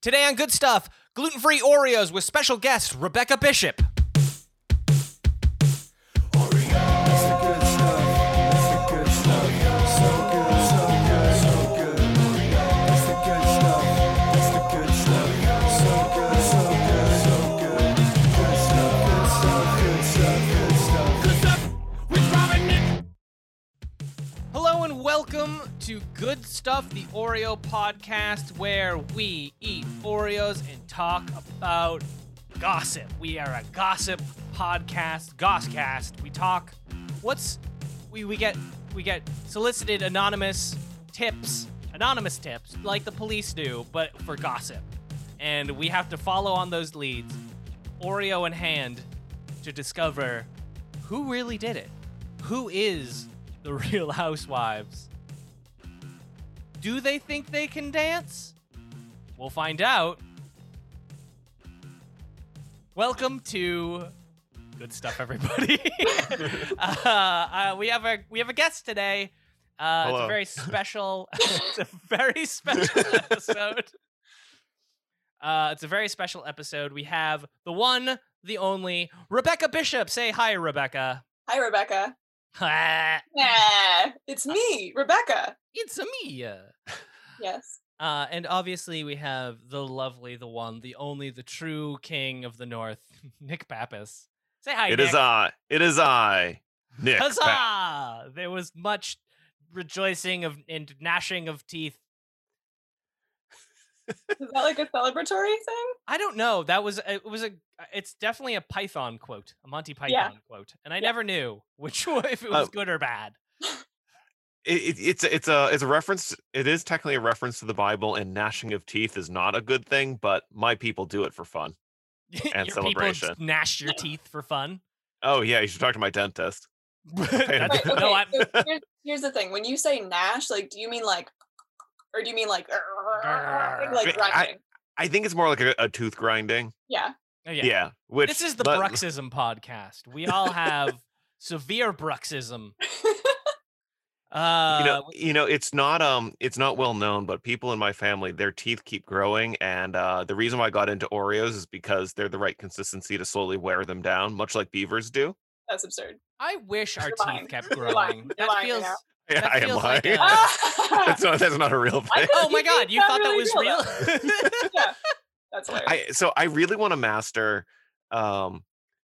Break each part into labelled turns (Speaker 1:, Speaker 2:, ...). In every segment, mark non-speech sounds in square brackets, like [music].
Speaker 1: Today on Good Stuff, gluten free Oreos with special guest Rebecca Bishop.
Speaker 2: It's the good stuff. It's the good stuff. So good, so good, so good. It's the good stuff. It's the good stuff. So good, so good, so good. Good stuff, good stuff, good stuff, good stuff.
Speaker 1: Hello and welcome to Good Stuff, the Oreo podcast, where we eat Oreos and talk about gossip. We are a gossip podcast, Gosscast. We talk what's we, we get we get solicited anonymous tips, anonymous tips, like the police do, but for gossip. And we have to follow on those leads, Oreo in hand, to discover who really did it? Who is the [laughs] real housewives? Do they think they can dance? We'll find out. Welcome to good stuff, everybody. [laughs] uh, uh, we have a we have a guest today. Uh, It's a
Speaker 3: Hello.
Speaker 1: very special. [laughs] it's a very special episode. Uh, it's a very special episode. We have the one, the only Rebecca Bishop. Say hi, Rebecca. [laughs]
Speaker 4: Hi, Rebecca.
Speaker 1: Ah,
Speaker 4: Yeah, it's me, Rebecca.
Speaker 1: it's a me.
Speaker 4: Yes.
Speaker 1: Uh, and obviously, we have the lovely, the one, the only, the true king of the North, [laughs] Nick Pappas. Say hi.
Speaker 3: It
Speaker 1: Nick.
Speaker 3: is I. It is I. Nick. Ba-
Speaker 1: Huzzah! There was much rejoicing of and gnashing of teeth.
Speaker 4: Is that like a celebratory thing?
Speaker 1: I don't know. That was it. Was a. It's definitely a Python quote, a Monty Python
Speaker 4: Yeah.
Speaker 1: quote, and I
Speaker 4: Yeah.
Speaker 1: never knew which [laughs] one, if it was
Speaker 3: Oh.
Speaker 1: good or bad. [laughs]
Speaker 3: It, it, it's it's a it's a reference. It is technically a reference to the Bible, and gnashing of teeth is not a good thing. But my people do it for fun.
Speaker 1: your people
Speaker 3: celebration.
Speaker 1: just gnash your teeth for fun. [laughs]
Speaker 3: [laughs] Oh yeah, you should talk to my dentist.
Speaker 1: That's-
Speaker 4: Right,
Speaker 3: No,
Speaker 4: okay,
Speaker 1: no, I'm,
Speaker 3: [laughs]
Speaker 4: so here's, here's the thing. When you say Nash, like, do you mean like, or do you mean like, [laughs] like
Speaker 3: I-
Speaker 4: grinding?
Speaker 3: I think it's more like a, a tooth grinding.
Speaker 4: Yeah.
Speaker 1: oh,
Speaker 3: Yeah. which
Speaker 1: this is the
Speaker 3: but-
Speaker 1: bruxism podcast. We all
Speaker 4: [laughs]
Speaker 1: have severe bruxism. Uh,
Speaker 3: You know, you know, it's not um, it's not well known, but people in my family, their teeth keep growing, and uh, the reason why I got into Oreos is because they're the right consistency to slowly wear them down, much like beavers do. [laughs]
Speaker 4: That's absurd.
Speaker 1: I wish our
Speaker 4: You're
Speaker 1: teeth
Speaker 4: lying.
Speaker 1: kept
Speaker 4: You're
Speaker 1: growing.
Speaker 4: lying. You're
Speaker 1: that
Speaker 4: lying right
Speaker 1: feels.
Speaker 4: now.
Speaker 3: Yeah,
Speaker 1: That
Speaker 3: I am
Speaker 1: feels like a-
Speaker 3: lying. [laughs]
Speaker 4: [laughs]
Speaker 3: that's not that's not
Speaker 1: [laughs]
Speaker 3: a real
Speaker 4: I
Speaker 3: thing.
Speaker 4: feel
Speaker 1: Oh
Speaker 4: like
Speaker 1: my
Speaker 4: you
Speaker 1: god!
Speaker 4: think
Speaker 1: You
Speaker 4: that
Speaker 1: thought that
Speaker 4: really
Speaker 1: was
Speaker 4: though.
Speaker 1: real?
Speaker 4: [laughs]
Speaker 1: [laughs]
Speaker 4: That's hilarious.
Speaker 3: I so I really want to master um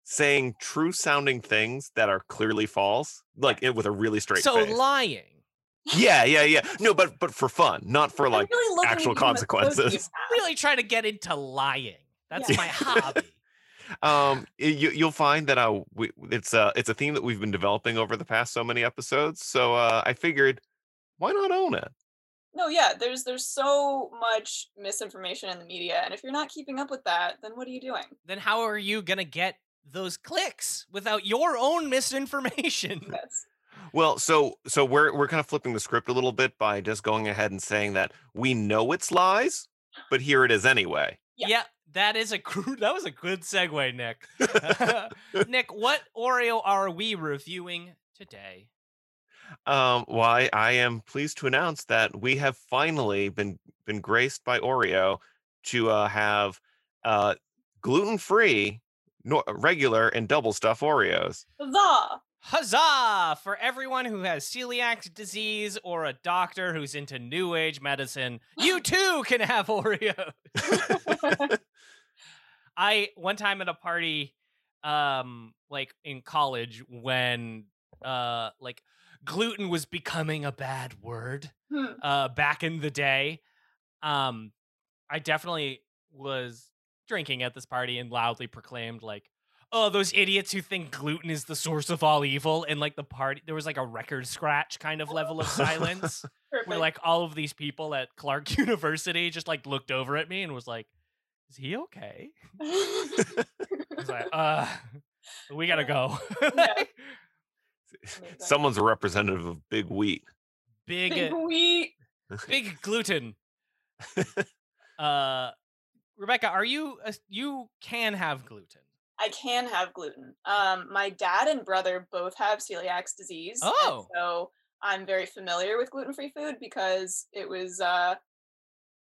Speaker 3: saying true sounding things that are clearly false, like it with a really straight
Speaker 1: so
Speaker 3: face.
Speaker 1: lying.
Speaker 3: yeah, yeah, yeah. No, but but for fun, not for
Speaker 4: I'm [laughs]
Speaker 3: like
Speaker 4: really looking
Speaker 3: actual
Speaker 4: into how much clothes you
Speaker 3: consequences.
Speaker 4: have.
Speaker 1: Really trying to get into lying. That's
Speaker 4: Yeah. [laughs]
Speaker 1: my hobby.
Speaker 3: um y- you you'll find that uh we, it's uh it's a theme that we've been developing over the past so many episodes. So uh I figured why not own it?
Speaker 4: No, yeah. There's there's so much misinformation in the media, and if you're not keeping up with that, then what are you doing?
Speaker 1: Then how are you gonna get those clicks without your own misinformation? [laughs]
Speaker 4: Yes.
Speaker 3: Well, so so we're we're kind of flipping the script a little bit by just going ahead and saying that we know it's lies, but here it is anyway.
Speaker 4: [laughs] Yeah.
Speaker 1: Yeah, that is a cr- that was a good segue,
Speaker 4: [laughs]
Speaker 1: Nick. [laughs] Nick, what Oreo are we reviewing today?
Speaker 3: Um, why I am pleased to announce that we have finally been been graced by Oreo to uh, have uh, gluten free, nor regular, and double stuff Oreos.
Speaker 4: Huzzah!
Speaker 1: Huzzah! For everyone who has celiac disease or a doctor who's into new age medicine, you too can have Oreo. I one time at a party, um, like in college when uh like gluten was becoming a bad word
Speaker 4: Hmm.
Speaker 1: uh back in the day. Um I definitely was drinking at this party and loudly proclaimed like oh those idiots who think gluten is the source of all evil and like the party there was like a record scratch kind of level of silence where
Speaker 4: Perfect. [laughs]
Speaker 1: like all of these people at Clark [laughs] University just like looked over at me and was like is he okay?
Speaker 3: [laughs]
Speaker 1: I was like uh we got to go. Like,
Speaker 4: Amazing.
Speaker 3: Someone's a representative of big wheat.
Speaker 1: [laughs]
Speaker 3: [laughs]
Speaker 1: big
Speaker 4: Big wheat.
Speaker 1: big gluten. uh, Rebecca, are you a, you can have gluten?
Speaker 4: I can have gluten. Um, my dad and brother both have celiac disease. and
Speaker 1: Oh.
Speaker 4: so I'm very familiar with gluten free food because it was, uh,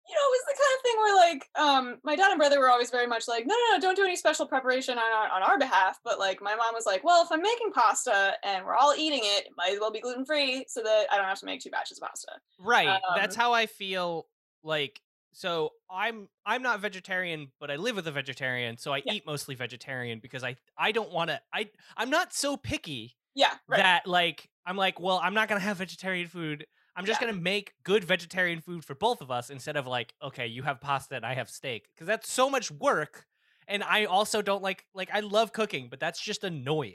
Speaker 4: you know, it was the kind of thing where like um my dad and brother were always very much like no no no don't do any special preparation on our, on our behalf but like my mom was like well if i'm making pasta and we're all eating it it might as well be gluten free so that i don't have to make two batches of pasta
Speaker 1: Right. That's how I feel like so I'm I'm not vegetarian, but I live with a vegetarian, so I
Speaker 4: Yeah.
Speaker 1: eat mostly vegetarian because I I don't want to I I'm not so picky
Speaker 4: yeah right
Speaker 1: that like I'm like, well, I'm not going to have vegetarian food. I'm just
Speaker 4: Yeah.
Speaker 1: going to make good vegetarian food for both of us instead of like, okay, you have pasta and I have steak because that's so much work and I also don't like like I love cooking, but that's just annoying.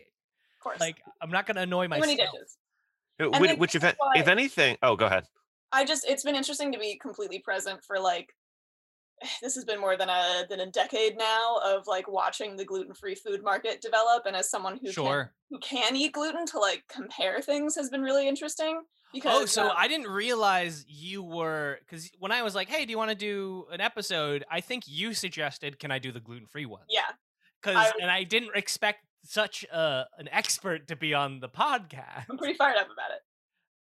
Speaker 4: of course
Speaker 1: Like I'm not going to annoy
Speaker 4: too
Speaker 1: myself.
Speaker 4: many dishes
Speaker 3: Uh,
Speaker 4: And
Speaker 3: Which,
Speaker 4: then
Speaker 3: which
Speaker 4: this
Speaker 3: if,
Speaker 4: is
Speaker 3: a- if
Speaker 4: why-
Speaker 3: anything, oh, go ahead.
Speaker 4: I just it's been interesting to be completely present for like [sighs] this has been more than a than a decade now of like watching the gluten-free food market develop and as someone who can,
Speaker 1: Sure.
Speaker 4: who can eat gluten to like compare things has been really interesting because
Speaker 1: Oh, so
Speaker 4: um,
Speaker 1: I didn't realize you were because when I was like, "Hey, do you want to do an episode?" I think you suggested, "Can I do the gluten free one?"
Speaker 4: yeah
Speaker 1: because
Speaker 4: I-
Speaker 1: and I didn't expect such a, an expert to be on the podcast. [laughs]
Speaker 4: I'm pretty fired up about it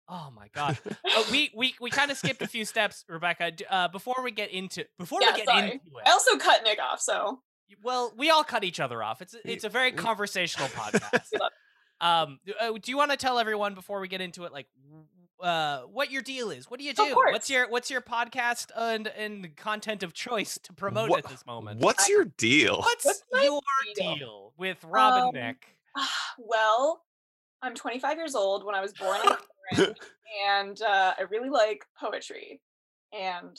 Speaker 1: Oh my god! Uh, we we we kind of skipped a few steps, Rebecca. D- Uh, before we get into before
Speaker 4: Yeah,
Speaker 1: we get
Speaker 4: sorry.
Speaker 1: into
Speaker 4: I
Speaker 1: it,
Speaker 4: also cut Nick off so
Speaker 1: well, we all cut each other off. It's a- it's a very
Speaker 3: yeah.
Speaker 1: conversational podcast.
Speaker 4: We Mm. [laughs] love
Speaker 1: Um, d- uh, do you want to tell everyone before we get into it, like, w- uh, what your deal is? What do you
Speaker 4: Of
Speaker 1: do?
Speaker 4: course.
Speaker 1: What's your what's your podcast and and content of choice to promote
Speaker 3: What-
Speaker 1: at this moment?
Speaker 3: What's your deal?
Speaker 1: what's,
Speaker 4: What's [laughs] my
Speaker 1: your
Speaker 4: deal?
Speaker 1: deal? with Robin
Speaker 4: Um,
Speaker 1: Nick?
Speaker 4: well I'm 25 years old when I was born
Speaker 1: [laughs]
Speaker 4: on the Orange, and uh, I really like poetry and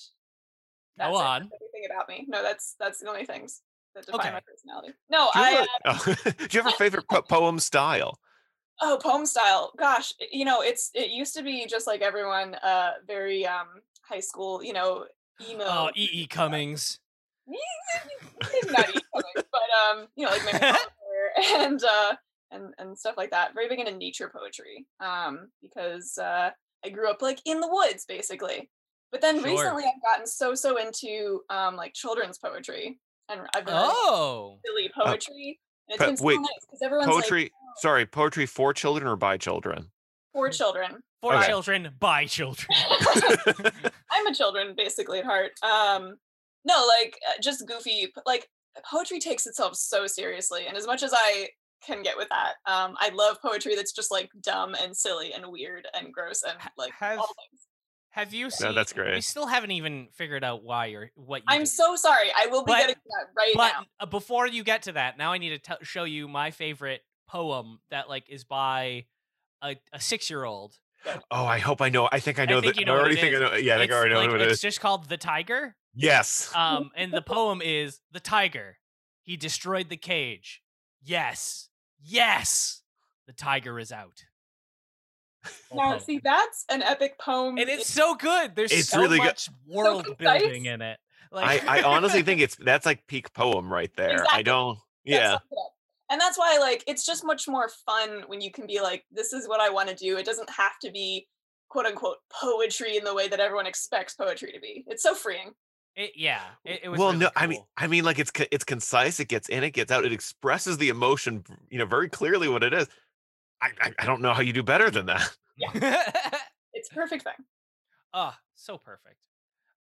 Speaker 4: that's
Speaker 1: Go
Speaker 4: it.
Speaker 1: on.
Speaker 4: That's everything about me no that's that's the only things that define my
Speaker 1: Okay.
Speaker 4: personality no
Speaker 3: Do you
Speaker 4: I
Speaker 3: have
Speaker 1: uh,
Speaker 3: a- [laughs] do you have a favorite
Speaker 1: [laughs]
Speaker 3: po- poem style?
Speaker 4: Oh, poem style. Gosh, y- you know, it's it used to be just like everyone, uh, very um high school, you know, emo.
Speaker 1: Oh, E. E. Cummings.
Speaker 4: not emo, but um, you know, like Mary Oliver and uh and and stuff like that. Very big into nature poetry. Um, because uh I grew up like in the woods basically. But then
Speaker 1: Sure.
Speaker 4: recently I've gotten so so into um like children's poetry and I've been reading
Speaker 1: Oh,
Speaker 4: silly poetry. and
Speaker 3: po-
Speaker 4: it's been so
Speaker 3: wait,
Speaker 4: nice because everyone's like
Speaker 3: Poetry, sorry, poetry for children or
Speaker 1: [laughs]
Speaker 3: by children? [laughs]
Speaker 4: for children.
Speaker 1: for
Speaker 3: Okay.
Speaker 1: children by
Speaker 4: [laughs]
Speaker 1: children.
Speaker 4: I'm a children basically at heart. Um, no, like uh, just goofy. p- Like poetry takes itself so seriously, and as much as I can get with that, um, I love poetry that's just like dumb and silly and weird and gross and
Speaker 1: Ha-
Speaker 4: like
Speaker 1: have-
Speaker 4: all things.
Speaker 1: Have you seen?
Speaker 3: No, that's
Speaker 1: We
Speaker 3: great.
Speaker 1: still haven't even figured out why or what you.
Speaker 4: I'm
Speaker 1: do.
Speaker 4: so sorry. I will be
Speaker 1: But-
Speaker 4: getting to that right
Speaker 1: But
Speaker 4: now.
Speaker 1: uh, before you get to that, now I need to tell show you my favorite poem that like is by a, a six year old.
Speaker 3: Oh, I hope I know. I think I know
Speaker 1: think
Speaker 3: that.
Speaker 1: you know
Speaker 3: I
Speaker 1: what
Speaker 3: already
Speaker 1: it
Speaker 3: think I
Speaker 1: is.
Speaker 3: know. Yeah, I think I already know what it
Speaker 1: it's
Speaker 3: is.
Speaker 1: just called the tiger.
Speaker 3: Yes.
Speaker 1: Um, and
Speaker 4: [laughs]
Speaker 1: the poem is the tiger. He destroyed the cage. Yes, yes, the tiger is out. Full
Speaker 4: Now,
Speaker 1: poem.
Speaker 4: see, that's an epic poem.
Speaker 1: and
Speaker 4: in
Speaker 1: it's so good. There's
Speaker 3: It's
Speaker 1: so
Speaker 3: really good.
Speaker 1: much world
Speaker 4: concise.
Speaker 1: building in it.
Speaker 3: I,
Speaker 1: [laughs]
Speaker 3: I
Speaker 4: [laughs]
Speaker 3: honestly think it's that's like peak poem right there. I
Speaker 4: Exactly.
Speaker 3: don't.
Speaker 4: that
Speaker 3: Yeah.
Speaker 4: sums it up. And that's why like it's just much more fun when you can be like, this is what I want to do. It doesn't have to be quote unquote poetry in the way that everyone expects poetry to be. It's so freeing.
Speaker 1: It- yeah. It, it was
Speaker 3: well,
Speaker 1: really
Speaker 3: no, I mean,
Speaker 1: cool.
Speaker 3: I mean, like it's co- it's concise. It gets in, it gets out. It expresses the emotion, you know, very clearly what it is. I I, I don't know how you do better than that.
Speaker 4: It's a perfect thing.
Speaker 1: [laughs] oh, so perfect.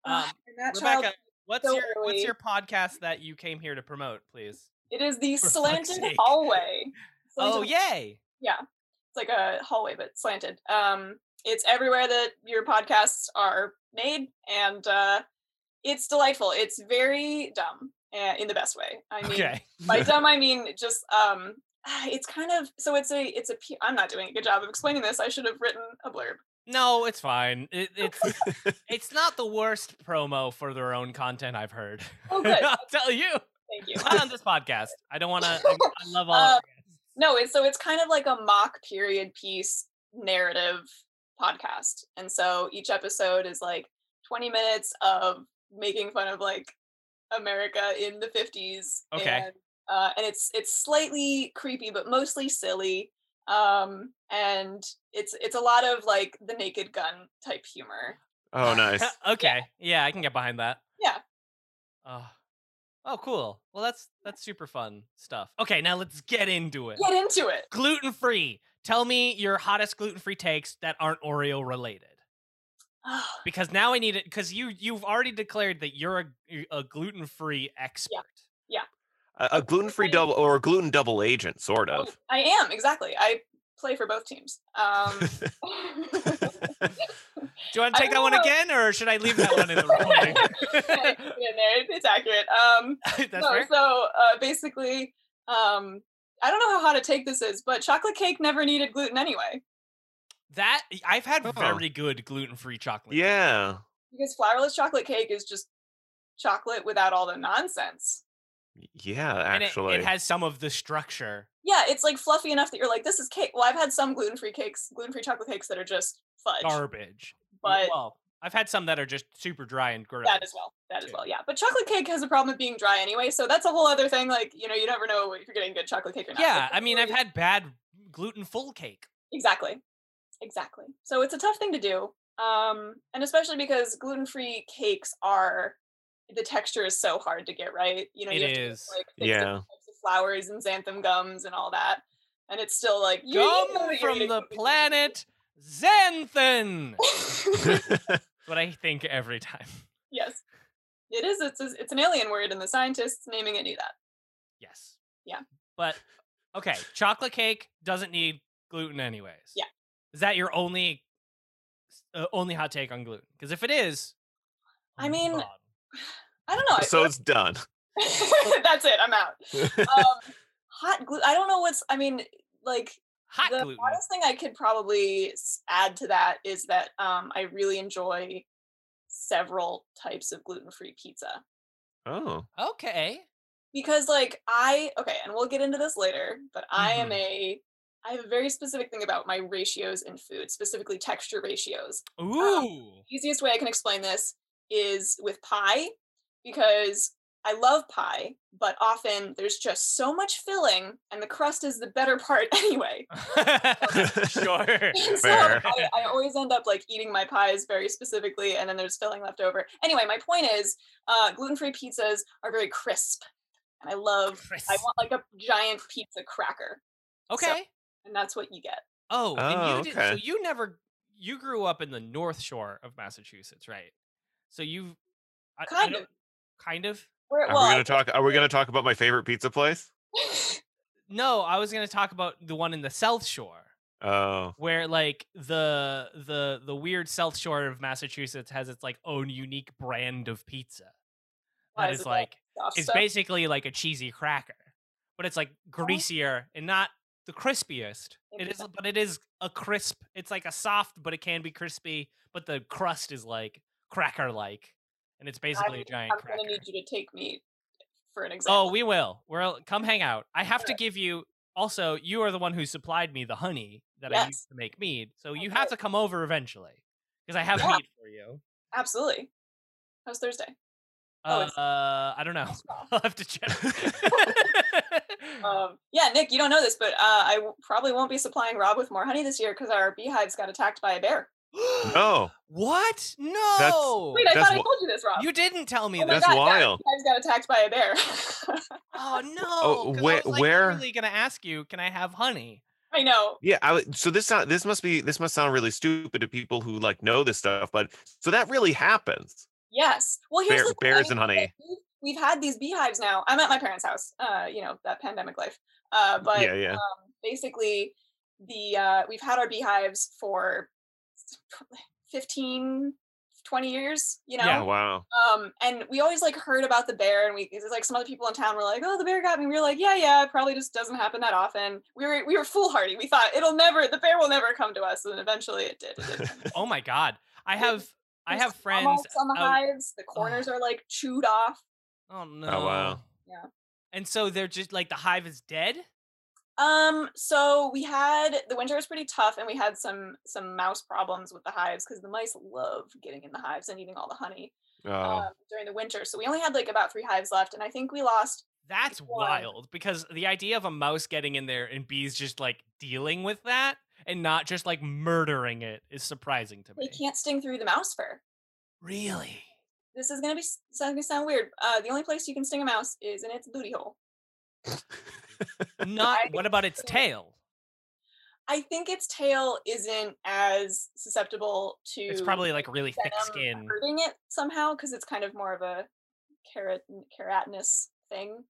Speaker 1: Um,
Speaker 4: Ah, and that
Speaker 1: Rebecca,
Speaker 4: child,
Speaker 1: what's
Speaker 4: so
Speaker 1: your what's
Speaker 4: early.
Speaker 1: your podcast that you came here to promote, please?
Speaker 4: it is the
Speaker 1: for fuck's
Speaker 4: slanted
Speaker 1: sake.
Speaker 4: hallway.
Speaker 1: Oh
Speaker 4: Slanted-
Speaker 1: yay!
Speaker 4: yeah. It's like a hallway, but slanted. Um, it's everywhere that your podcasts are made, and uh, it's delightful. It's very dumb uh, in the best way. I mean,
Speaker 1: Okay. [laughs]
Speaker 4: by dumb i mean just um it's kind of so it's a it's a p- i'm not doing a good job of explaining this i should have written a blurb
Speaker 1: No, it's fine. It,
Speaker 4: Oh,
Speaker 1: it's it's not the worst promo for their own content I've heard. [laughs]
Speaker 4: Oh, good.
Speaker 1: I'll tell you.
Speaker 4: thank you
Speaker 1: Not on this podcast. I don't want to.
Speaker 4: [laughs]
Speaker 1: I, I love all.
Speaker 4: Uh,
Speaker 1: our guests.
Speaker 4: no it's so it's kind of like a mock period piece narrative podcast and so each episode is like 20 minutes of making fun of like america in the 50s
Speaker 1: Okay.
Speaker 4: and, uh, and it's it's slightly creepy but mostly silly um and it's it's a lot of like the naked gun type humor
Speaker 3: [laughs] Oh,
Speaker 1: [laughs]
Speaker 3: nice.
Speaker 1: okay. Yeah. I can get behind that.
Speaker 4: Yeah.
Speaker 1: Oh. Oh, cool. Well, that's that's super fun stuff. Okay, now let's get into it.
Speaker 4: get into it
Speaker 1: Gluten free. Tell me your hottest gluten free takes that aren't Oreo related. because now I need it because you you've already declared that you're a, you're a gluten-free expert.
Speaker 3: A, a gluten-free
Speaker 4: Right.
Speaker 3: double or a gluten double agent, sort
Speaker 1: Oh,
Speaker 3: of.
Speaker 4: [sighs] I am exactly. I play for both teams. Um, [laughs]
Speaker 1: Do you want
Speaker 4: I
Speaker 1: to take that one
Speaker 4: don't know.
Speaker 1: again or should I leave that one in
Speaker 4: [laughs]
Speaker 1: the recording?
Speaker 4: it's in there, it's accurate. Um,
Speaker 1: [laughs] That's
Speaker 4: no,
Speaker 1: fair.
Speaker 4: so uh, basically, um, I don't know how hot to take this is, but chocolate cake never needed gluten anyway
Speaker 1: That I've had
Speaker 3: Oh.
Speaker 1: very good gluten-free chocolate. cake.
Speaker 3: yeah.
Speaker 4: because flourless chocolate cake is just chocolate without all the nonsense.
Speaker 3: Yeah,
Speaker 1: And it-
Speaker 3: actually.
Speaker 1: it has some of the structure.
Speaker 4: Yeah, it's like fluffy enough that you're like, this is cake. Well, I've had some gluten free cakes, gluten free chocolate cakes that are just fudge,
Speaker 1: garbage.
Speaker 4: but
Speaker 1: well, I've had some that are just super dry and gross.
Speaker 4: that as well. That as
Speaker 1: too.
Speaker 4: well, yeah. But chocolate cake has a problem with being dry anyway, so that's a whole other thing. Like, you know, you never know if you're getting good chocolate cake or not.
Speaker 1: Yeah,
Speaker 4: [laughs] Like,
Speaker 1: I mean, I've
Speaker 4: really-
Speaker 1: had bad gluten full cake.
Speaker 4: Exactly. Exactly. So it's a tough thing to do. Um, and especially because gluten free cakes are the texture is so hard to get right. You know,
Speaker 1: It
Speaker 4: you have to get,
Speaker 1: is.
Speaker 4: like fix
Speaker 3: Yeah.
Speaker 4: different types of flowers and xanthan gums and all that. And it's still like you- you know
Speaker 1: Gum
Speaker 4: that you're
Speaker 1: from
Speaker 4: eating
Speaker 1: the
Speaker 4: gluten-free.
Speaker 1: planet
Speaker 4: [laughs]
Speaker 1: Xanthan.
Speaker 4: Oh.
Speaker 1: [laughs] But I think every time. [laughs]
Speaker 4: yes. It is. It's a- it's an alien word, and the scientists naming it knew that.
Speaker 1: Yes.
Speaker 4: Yeah.
Speaker 1: But okay, chocolate cake doesn't need gluten anyways.
Speaker 4: Yeah.
Speaker 1: Is that your only uh, only hot take on gluten? Because if it is,
Speaker 4: I
Speaker 1: I'm
Speaker 4: mean,
Speaker 1: gone.
Speaker 4: I don't know. I
Speaker 3: [laughs] so
Speaker 4: feel
Speaker 3: it's done. [laughs]
Speaker 4: like- [laughs] that's it. I'm out. Um, hot glue. I don't know what's. I mean, like
Speaker 1: hot
Speaker 4: the
Speaker 1: gluten.
Speaker 4: hottest thing I could probably s- add to that is that um, I really enjoy several types of gluten-free pizza
Speaker 3: oh.
Speaker 1: Okay.
Speaker 4: because, like, I okay, and we'll get into this later, but I am
Speaker 1: Mhm.
Speaker 4: a I have a very specific thing about my ratios in food, specifically texture ratios.
Speaker 1: Ooh.
Speaker 4: Easiest way I can explain this is with pie because I love pie, but often there's just so much filling and the crust is the better part [laughs] anyway.
Speaker 1: [laughs] [laughs] sure.
Speaker 3: [laughs]
Speaker 1: uh,
Speaker 4: so
Speaker 3: Fair.
Speaker 4: I, I always end up like eating my pies very specifically and then there's filling left over anyway my point is uh, gluten-free pizzas are very crisp and i love i
Speaker 1: Crisp.
Speaker 4: want like a giant pizza cracker
Speaker 1: Okay.
Speaker 4: and that's what you get
Speaker 1: Oh,
Speaker 3: Oh,
Speaker 1: and you did, so
Speaker 3: okay.
Speaker 1: you never you grew up in the North Shore of Massachusetts, right? So you've I, I
Speaker 4: Kind
Speaker 1: don't-
Speaker 4: of.
Speaker 1: kind of.
Speaker 4: Where,
Speaker 3: Are
Speaker 4: well,
Speaker 3: we gonna
Speaker 4: [laughs]
Speaker 3: talk are we gonna talk about my favorite pizza place?
Speaker 1: No, I was going to talk about the one in the South Shore,
Speaker 3: Oh.
Speaker 1: [laughs] where like the the the weird South Shore of Massachusetts has its like own unique brand of pizza
Speaker 4: Why
Speaker 1: that
Speaker 4: is
Speaker 1: is
Speaker 4: it all
Speaker 1: like
Speaker 4: soft
Speaker 1: it's
Speaker 4: stuff.
Speaker 1: basically like a cheesy cracker, but it's like
Speaker 4: Oh.
Speaker 1: greasier and not the crispiest. It is,
Speaker 4: Interesting.
Speaker 1: but it is a crisp. It's like a soft, but it can be crispy. But the crust is like cracker like, and it's basically a giant
Speaker 4: i'm
Speaker 1: cracker.
Speaker 4: gonna need you to take me for an example
Speaker 1: Oh, we will. We'll come hang out. I have to give you. Also, you are the one who supplied me the honey that I
Speaker 4: Yes.
Speaker 1: used to make mead, so you
Speaker 4: Okay.
Speaker 1: have to come over eventually because I have
Speaker 4: Yeah.
Speaker 1: mead for you.
Speaker 4: absolutely how's thursday Oh,
Speaker 1: Uh,
Speaker 4: it's-
Speaker 1: I don't [laughs] know. I'll have to
Speaker 4: [laughs]
Speaker 1: check. Hmm.
Speaker 4: um, yeah nick you don't know this but uh, i w- probably won't be supplying rob with more honey this year because our beehives got attacked by a bear
Speaker 3: Oh.
Speaker 1: What? No.
Speaker 4: wait i
Speaker 3: That's
Speaker 4: thought i
Speaker 3: wha-
Speaker 4: told you this rob
Speaker 1: you didn't tell me
Speaker 4: Oh my
Speaker 1: that.
Speaker 3: That's
Speaker 4: God, yeah,
Speaker 3: wild.
Speaker 4: Guys got attacked by a bear. [laughs]
Speaker 1: Oh no.
Speaker 3: Oh,
Speaker 1: 'cause I
Speaker 3: whe-
Speaker 1: was, like,
Speaker 3: where-
Speaker 1: literally gonna ask you, can I have honey?
Speaker 4: I know.
Speaker 3: Yeah, I, would- so this sound, this must be this must sound really stupid to people who like know this stuff, but so that really happens.
Speaker 4: Yes. Well, here's
Speaker 3: Bear-
Speaker 4: the thing,
Speaker 3: bears and
Speaker 4: like,
Speaker 3: honey.
Speaker 4: We've, we've had these beehives now. I'm at my parents' house. Uh, you know that pandemic life. Uh, but
Speaker 3: yeah, yeah.
Speaker 4: um, basically, the uh, we've had our beehives for 15, 20 years. You know.
Speaker 1: Yeah.
Speaker 3: Oh,
Speaker 4: [laughs]
Speaker 3: wow.
Speaker 4: Um, and we always like heard about the bear, and we it's like some other people in town were like, "Oh, the bear got me." We were like, "Yeah, yeah, it probably just doesn't happen that often." We were we were foolhardy. We thought it'll never, the bear will never come to us, and eventually it did.
Speaker 3: [laughs]
Speaker 4: It did.
Speaker 1: Oh my god. I
Speaker 4: There's-
Speaker 1: have I
Speaker 4: There's
Speaker 1: have
Speaker 4: claw
Speaker 1: friends.
Speaker 4: marks on the
Speaker 1: out-
Speaker 4: hives. The corners are like chewed off.
Speaker 1: Oh no.
Speaker 3: wow.
Speaker 4: Yeah.
Speaker 1: And so they're just like the hive is dead?
Speaker 4: Um, so we had the winter was pretty tough, and we had some some mouse problems with the hives because the mice love getting in the hives and eating all the honey
Speaker 3: Oh.
Speaker 4: um, during the winter. So we only had like about three hives left, and I think we lost.
Speaker 1: That's
Speaker 4: Well-
Speaker 1: wild because the idea of a mouse getting in there and bees just like dealing with that and not just like murdering it is surprising to
Speaker 4: They
Speaker 1: me.
Speaker 4: can't sting through the mouse fur. [laughs]
Speaker 1: Really?
Speaker 4: This is gonna be s- sound- gonna sound weird. Uh, the only place you can sting a mouse is in its booty hole.
Speaker 1: Not
Speaker 4: I
Speaker 1: what about its
Speaker 4: think-
Speaker 1: tail?
Speaker 4: I think its tail isn't as susceptible to
Speaker 1: It's probably like really thick
Speaker 4: venom
Speaker 1: skin.
Speaker 4: hurting it somehow because it's kind of more of a kerat- keratinous thing.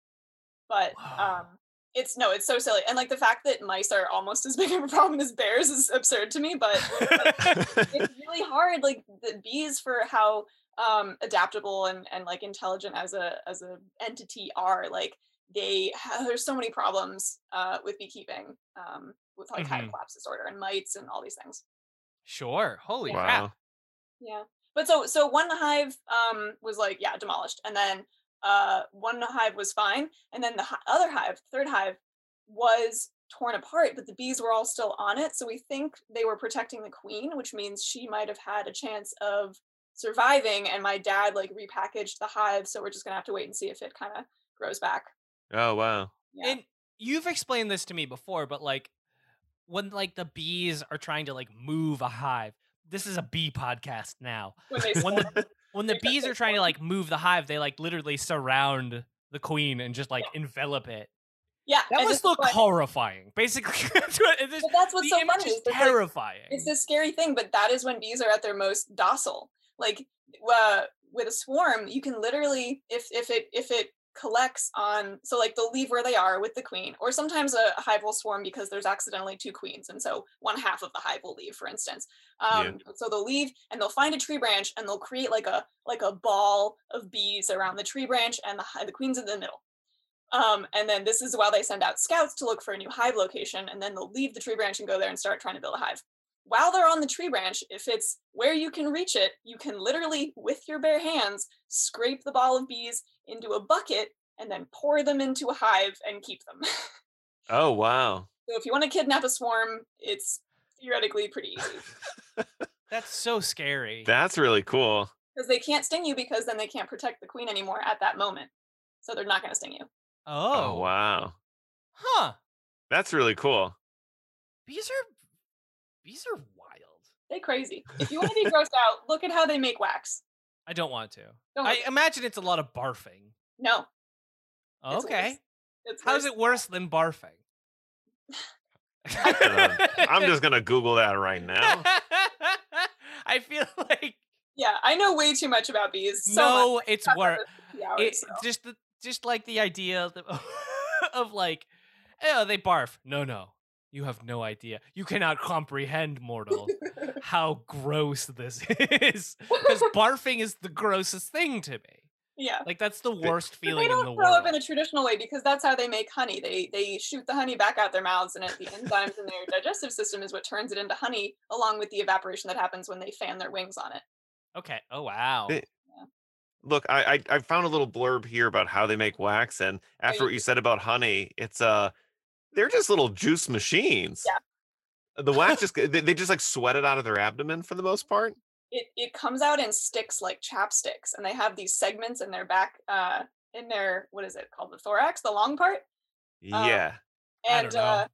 Speaker 4: But
Speaker 1: Wow.
Speaker 4: um, it's no, it's so silly, and like the fact that mice are almost as [laughs] big of a problem as bears is absurd to me. But
Speaker 3: [laughs]
Speaker 4: it's really hard. Like the bees for how um adaptable and and like intelligent as a as a entity are like they ha- there's so many problems uh with beekeeping um with like hive
Speaker 1: Mhm.
Speaker 4: collapse disorder and mites and all these things
Speaker 1: Sure. Holy crap.
Speaker 3: wow.
Speaker 4: yeah. But so so one hive um was like yeah demolished and then uh one hive was fine and then the hi- other hive third hive was torn apart but the bees were all still on it so we think they were protecting the queen which means she might have had a chance of surviving and my dad like repackaged the hive so we're just going to have to wait and see if it kind of grows back.
Speaker 3: Oh wow.
Speaker 4: Yeah.
Speaker 1: And you've explained this to me before, but like when like the bees are trying to like move a hive. This is a bee podcast now.
Speaker 4: when
Speaker 1: [laughs]
Speaker 4: they
Speaker 1: When
Speaker 4: swarm.
Speaker 1: the when the
Speaker 4: They got
Speaker 1: bees
Speaker 4: their
Speaker 1: are trying to like move the hive, they like literally surround the queen and just like envelop it.
Speaker 4: yeah.
Speaker 1: That
Speaker 4: and
Speaker 1: must
Speaker 4: this is
Speaker 1: look
Speaker 4: what-
Speaker 1: horrifying. Basically, [laughs] that's what- it's just-
Speaker 4: But that's what's
Speaker 1: the
Speaker 4: so
Speaker 1: image
Speaker 4: funny
Speaker 1: is
Speaker 4: is there's, like,
Speaker 1: terrifying.
Speaker 4: it's this scary thing but that is when bees are at their most docile like uh, with a swarm you can literally if if it if it collects on so like they'll leave where they are with the queen or sometimes a hive will swarm because there's accidentally two queens and so one half of the hive will leave for instance
Speaker 3: Yeah.
Speaker 4: um so they'll leave and they'll find a tree branch and they'll create like a like a ball of bees around the tree branch and the, hi- the queen's in the middle um, and then this is while they send out scouts to look for a new hive location, and then they'll leave the tree branch and go there and start trying to build a hive. While they're on the tree branch, if it's where you can reach it, you can literally, with your bare hands, scrape the ball of bees into a bucket and then pour them into a hive and keep them. [laughs] so
Speaker 3: Oh wow.
Speaker 4: if you want to kidnap a swarm, it's theoretically
Speaker 1: [laughs]
Speaker 4: pretty easy
Speaker 1: That's so scary.
Speaker 3: That's really cool.
Speaker 4: because they can't sting you because then they can't protect the queen anymore at that moment. So they're not going to sting you.
Speaker 1: oh,
Speaker 3: Oh. wow.
Speaker 1: huh?
Speaker 3: That's really cool.
Speaker 1: Bees are bees are wild.
Speaker 4: They crazy. If you want to be grossed out, look at how they make wax.
Speaker 1: I don't want to.
Speaker 4: Don't look
Speaker 1: I imagine it's a lot of barfing.
Speaker 4: No. It's
Speaker 1: Okay,
Speaker 4: worse. It's
Speaker 1: how's
Speaker 4: worse.
Speaker 1: it worse than barfing?
Speaker 3: Um,
Speaker 4: [laughs]
Speaker 1: [laughs]
Speaker 3: I'm just gonna Google that right now.
Speaker 1: I feel like
Speaker 4: Yeah, I know way too much about bees. So much.
Speaker 1: no, it's
Speaker 4: Talked
Speaker 1: worse.
Speaker 4: about this for two hours,
Speaker 1: It, [laughs]
Speaker 4: so.
Speaker 1: just the, just like the idea of, the- [laughs] of like, oh, they barf. No, no, you have no idea. You cannot comprehend,
Speaker 4: [laughs]
Speaker 1: mortal, how gross this [laughs] is. Because barfing is the grossest thing to me.
Speaker 4: [laughs] yeah.
Speaker 1: Like that's the worst
Speaker 4: But
Speaker 1: feeling
Speaker 4: they
Speaker 1: in
Speaker 4: don't
Speaker 1: the
Speaker 4: throw up in
Speaker 1: world.
Speaker 4: a traditional way because that's how they make honey. They they shoot the honey back out their mouths, and it, the enzymes in their digestive system is what turns it into honey, along with the evaporation that happens when they fan their wings on it.
Speaker 1: Okay. Oh wow.
Speaker 3: They- Look, I, I I found a little blurb here about how they make wax, and after what Oh, you said about honey, it's uh they're just little juice machines. Yeah. The [laughs] wax just they, they just like sweat it out of their abdomen for the most part.
Speaker 4: It it comes out in sticks like chapsticks, and they have these segments in their back, uh, in their what is it called, the thorax, the long part. Oh.
Speaker 3: yeah.
Speaker 1: I
Speaker 4: and
Speaker 1: don't know.
Speaker 4: uh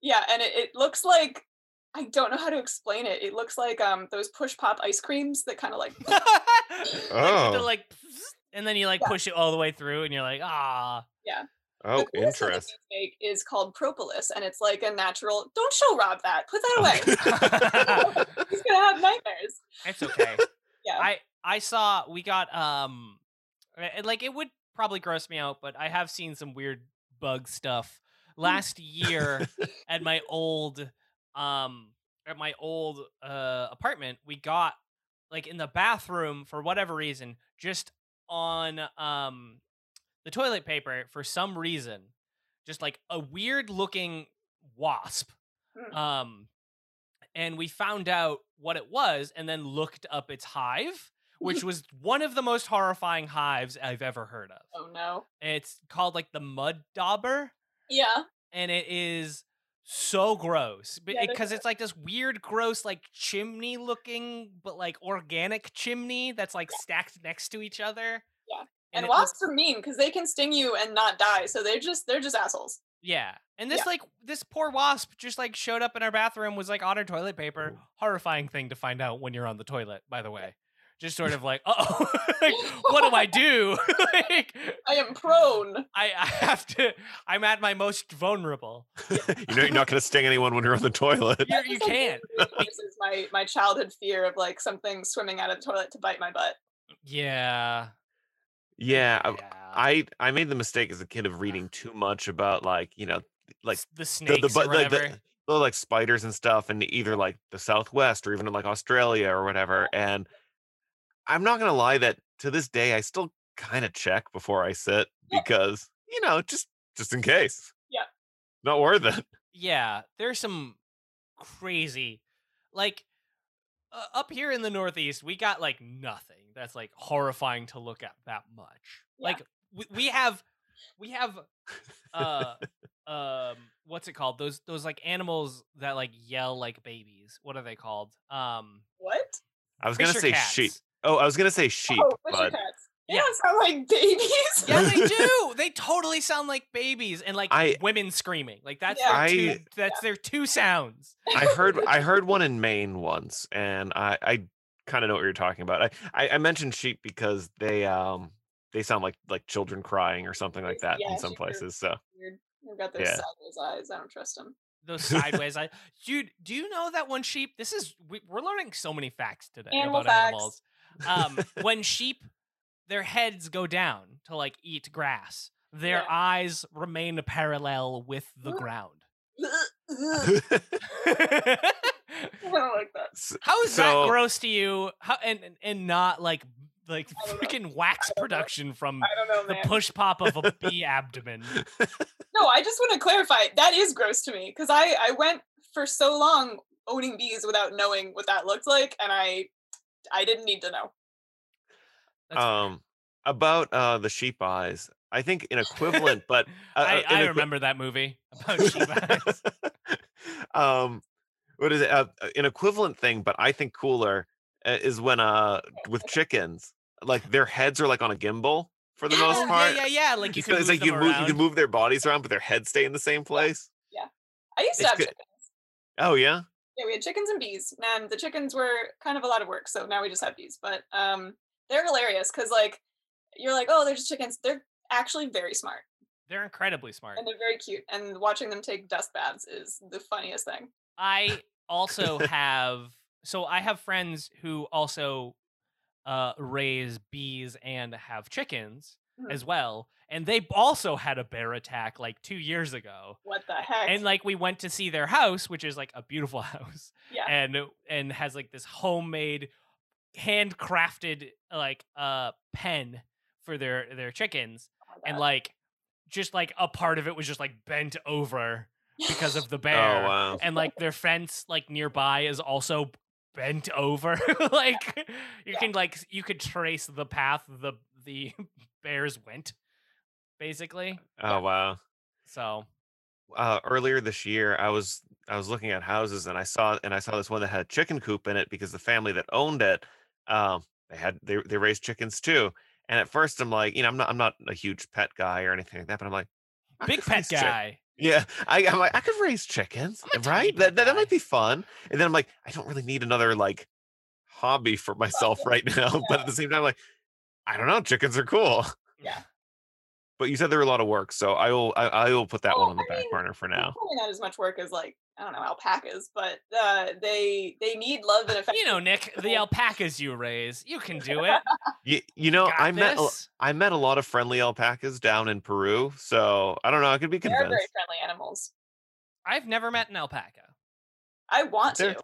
Speaker 4: yeah and it, it looks like i don't know how to explain it it looks like um those push pop ice creams that kind of like
Speaker 1: [laughs] Like, with the,
Speaker 3: Oh.
Speaker 1: like, [laughs] and then you like
Speaker 4: Yeah.
Speaker 1: push it all the way through, and you're like, ah.
Speaker 3: Oh,
Speaker 4: the coolest thing that
Speaker 3: interesting.
Speaker 4: they make is called propolis and it's like a natural don't show rob that put that away he's gonna have nightmares
Speaker 1: It's okay.
Speaker 4: Yeah.
Speaker 1: I I saw we got um uh, and, like it would probably gross me out, but I have seen some weird bug stuff last year at my old um at my old uh apartment. We got like in the bathroom for whatever reason just on um the toilet paper for some reason just like a weird looking wasp
Speaker 4: Mm.
Speaker 1: um and we found out what it was and then looked up its hive which was one of the most horrifying hives i've ever heard of
Speaker 4: oh no
Speaker 1: it's called like the mud dauber
Speaker 4: yeah
Speaker 1: and it is so gross
Speaker 4: Yeah, they're
Speaker 1: because it's like this weird gross like chimney looking but like organic chimney that's like stacked next to each other
Speaker 4: Yeah.
Speaker 1: and,
Speaker 4: and,
Speaker 1: it looks-
Speaker 4: wasps are mean because they can sting you and not die so they're just they're just assholes
Speaker 1: yeah and this
Speaker 4: Yeah.
Speaker 1: like this poor wasp just like showed up in our bathroom was like on our toilet paper horrifying thing to find out when you're on the toilet by the way just
Speaker 4: [laughs]
Speaker 1: sort of like, oh, [laughs] like, what do I do? [laughs] like, [laughs]
Speaker 4: I am prone.
Speaker 1: I, I have to. I'm at my most vulnerable.
Speaker 3: [laughs] you know you're not going to sting anyone when you're on the [laughs] toilet.
Speaker 1: You,
Speaker 4: That
Speaker 1: you
Speaker 4: just, like,
Speaker 1: can't.
Speaker 4: reinforces my my childhood fear of like something swimming out of the toilet to bite my butt.
Speaker 1: Yeah.
Speaker 3: Yeah, I-
Speaker 1: yeah.
Speaker 3: I I made the mistake as a kid of reading too much about like you know like
Speaker 1: S- the
Speaker 3: the
Speaker 1: snakes
Speaker 3: the, bu-
Speaker 1: or
Speaker 3: like,
Speaker 1: whatever.
Speaker 3: the, the, like spiders and stuff, and either like the Southwest or even in like Australia or whatever. And I'm not gonna lie that to this day I still kind of check before I sit
Speaker 4: Yeah.
Speaker 3: because you know just just in case.
Speaker 4: Yeah.
Speaker 3: Not worth it.
Speaker 1: yeah, there's some crazy, like uh, up here in the Northeast, we got like nothing that's like horrifying to look at that much.
Speaker 4: Yeah.
Speaker 1: Like we, we have, we have,
Speaker 3: [laughs]
Speaker 1: uh, um, what's it called? Those those like animals that like yell like babies. What are they called? Um,
Speaker 4: What?
Speaker 3: I was gonna
Speaker 1: Fisher
Speaker 3: say
Speaker 1: cats.
Speaker 3: sheep. Oh, I was gonna say sheep,
Speaker 4: Oh,
Speaker 3: but
Speaker 4: Fisher cats. They
Speaker 1: Yeah.
Speaker 4: don't sound like babies.
Speaker 3: [laughs]
Speaker 1: Yeah, they do. They totally sound like babies and like
Speaker 3: I-
Speaker 1: women screaming. Like that's
Speaker 4: Yeah.
Speaker 1: their two,
Speaker 3: I-
Speaker 1: that's their two sounds.
Speaker 3: I heard I heard
Speaker 4: [laughs]
Speaker 3: one in Maine once, and I I kind of know what you're talking about. I, I I mentioned sheep because they um they sound like like children crying or something like that
Speaker 4: Yeah,
Speaker 3: in some
Speaker 4: sheep are-
Speaker 3: places. So
Speaker 4: [laughs] Weird. They've got those
Speaker 3: Yeah.
Speaker 4: sideways eyes. I don't trust
Speaker 1: [laughs]
Speaker 4: them.
Speaker 3: [laughs]
Speaker 1: Those sideways. I dude, do you know that when sheep? This is we, we're learning so many facts today
Speaker 4: Animal
Speaker 1: about
Speaker 4: facts.
Speaker 1: animals. Um, when sheep, their heads go down to like eat grass. Their
Speaker 4: Yeah. Mm.
Speaker 1: eyes remain parallel with the ground.
Speaker 4: [laughs]
Speaker 1: [laughs]
Speaker 4: I don't like that.
Speaker 3: S-
Speaker 1: How is
Speaker 3: So-
Speaker 1: that gross to you? How and and- and not like like
Speaker 4: I don't know.
Speaker 1: freaking wax
Speaker 4: don't know.
Speaker 1: production from
Speaker 4: I don't know,
Speaker 1: the
Speaker 4: man.
Speaker 1: push pop of a bee abdomen.
Speaker 4: No, I just want to clarify. That is gross to me because I I went for so long owning bees without knowing what that looked like, and I I didn't need to know.
Speaker 1: That's-
Speaker 3: um about uh the sheep eyes. I think
Speaker 1: [laughs]
Speaker 3: an equivalent, but [laughs] uh,
Speaker 1: I,
Speaker 3: uh,
Speaker 1: I
Speaker 3: an equi-
Speaker 1: remember that movie
Speaker 3: [laughs]
Speaker 1: about sheep eyes.
Speaker 3: um, what is it? Uh, uh, an equivalent thing, but I think cooler uh, is when uh with chickens, like their heads are like on a gimbal for the most
Speaker 1: [laughs] Oh,
Speaker 3: part.
Speaker 1: Yeah, yeah, yeah. Like you
Speaker 3: So
Speaker 1: can move
Speaker 3: it's like
Speaker 1: them
Speaker 3: you move, you
Speaker 1: around.
Speaker 3: can move their bodies around, but their heads stay in the same place.
Speaker 4: I used to
Speaker 3: It's
Speaker 4: have
Speaker 3: good.
Speaker 4: chickens.
Speaker 3: Oh yeah,
Speaker 4: Yeah, we had chickens and bees, and the chickens were kind of a lot of work. So now we just have bees, but um, they're hilarious because like you're like, oh, they're just chickens. They're actually very smart
Speaker 1: They're incredibly smart.
Speaker 4: and they're very cute. And watching them take dust baths is the funniest thing.
Speaker 1: I also have so I have friends who also uh, raise bees and have chickens
Speaker 3: Mm-hmm.
Speaker 4: Mhm.
Speaker 1: as well, and they b- also had a bear attack like two years ago.
Speaker 4: What the heck?
Speaker 1: And like we went to see their house, which is like a beautiful [laughs] house,
Speaker 4: yeah,
Speaker 1: and uh, and has like this homemade, handcrafted like uh pen for their their chickens,
Speaker 4: oh my
Speaker 1: and
Speaker 4: God.
Speaker 1: like just like a part of it was just like bent over because of the bear
Speaker 3: oh wow,
Speaker 1: and like their fence like nearby is also bent over [laughs] like you
Speaker 4: Yeah.
Speaker 1: can like s- you could trace the path the the [laughs] bears went basically
Speaker 3: oh wow.
Speaker 1: so
Speaker 3: uh, earlier this year i was i was looking at houses and i saw and i saw this one that had a chicken coop in it because the family that owned it um they had they, they raised chickens too and at first i'm like you know i'm not i'm not a huge pet guy or anything like that but i'm like I
Speaker 1: big
Speaker 3: could
Speaker 1: pet
Speaker 3: raise chick-
Speaker 1: guy
Speaker 3: yeah I, i'm like i could raise chickens
Speaker 1: I'm a tiny pet
Speaker 3: right that, that, that
Speaker 1: guy.
Speaker 3: might be fun and then i'm like i don't really need another like hobby for myself
Speaker 1: [laughs]
Speaker 3: right now but at the same time like i don't know chickens are cool
Speaker 4: Yeah.
Speaker 3: but you said there were a lot of work so i will i, I will put that
Speaker 4: Well,
Speaker 3: one on the
Speaker 4: I
Speaker 3: back
Speaker 4: mean,
Speaker 3: burner for
Speaker 4: It's
Speaker 3: now
Speaker 4: probably not as much work as like I don't know alpacas, but uh, they they need love
Speaker 1: [laughs]
Speaker 4: and affection.
Speaker 1: you know nick the alpacas you raise you can do it
Speaker 3: You, you know,
Speaker 1: Got
Speaker 3: Oh, I met a-
Speaker 1: this.
Speaker 3: I met a lot of friendly alpacas down in Peru, so I don't know. I could be
Speaker 4: they're very
Speaker 3: convinced.
Speaker 4: friendly animals.
Speaker 1: i've never met an alpaca
Speaker 4: I want
Speaker 3: They're-
Speaker 4: to.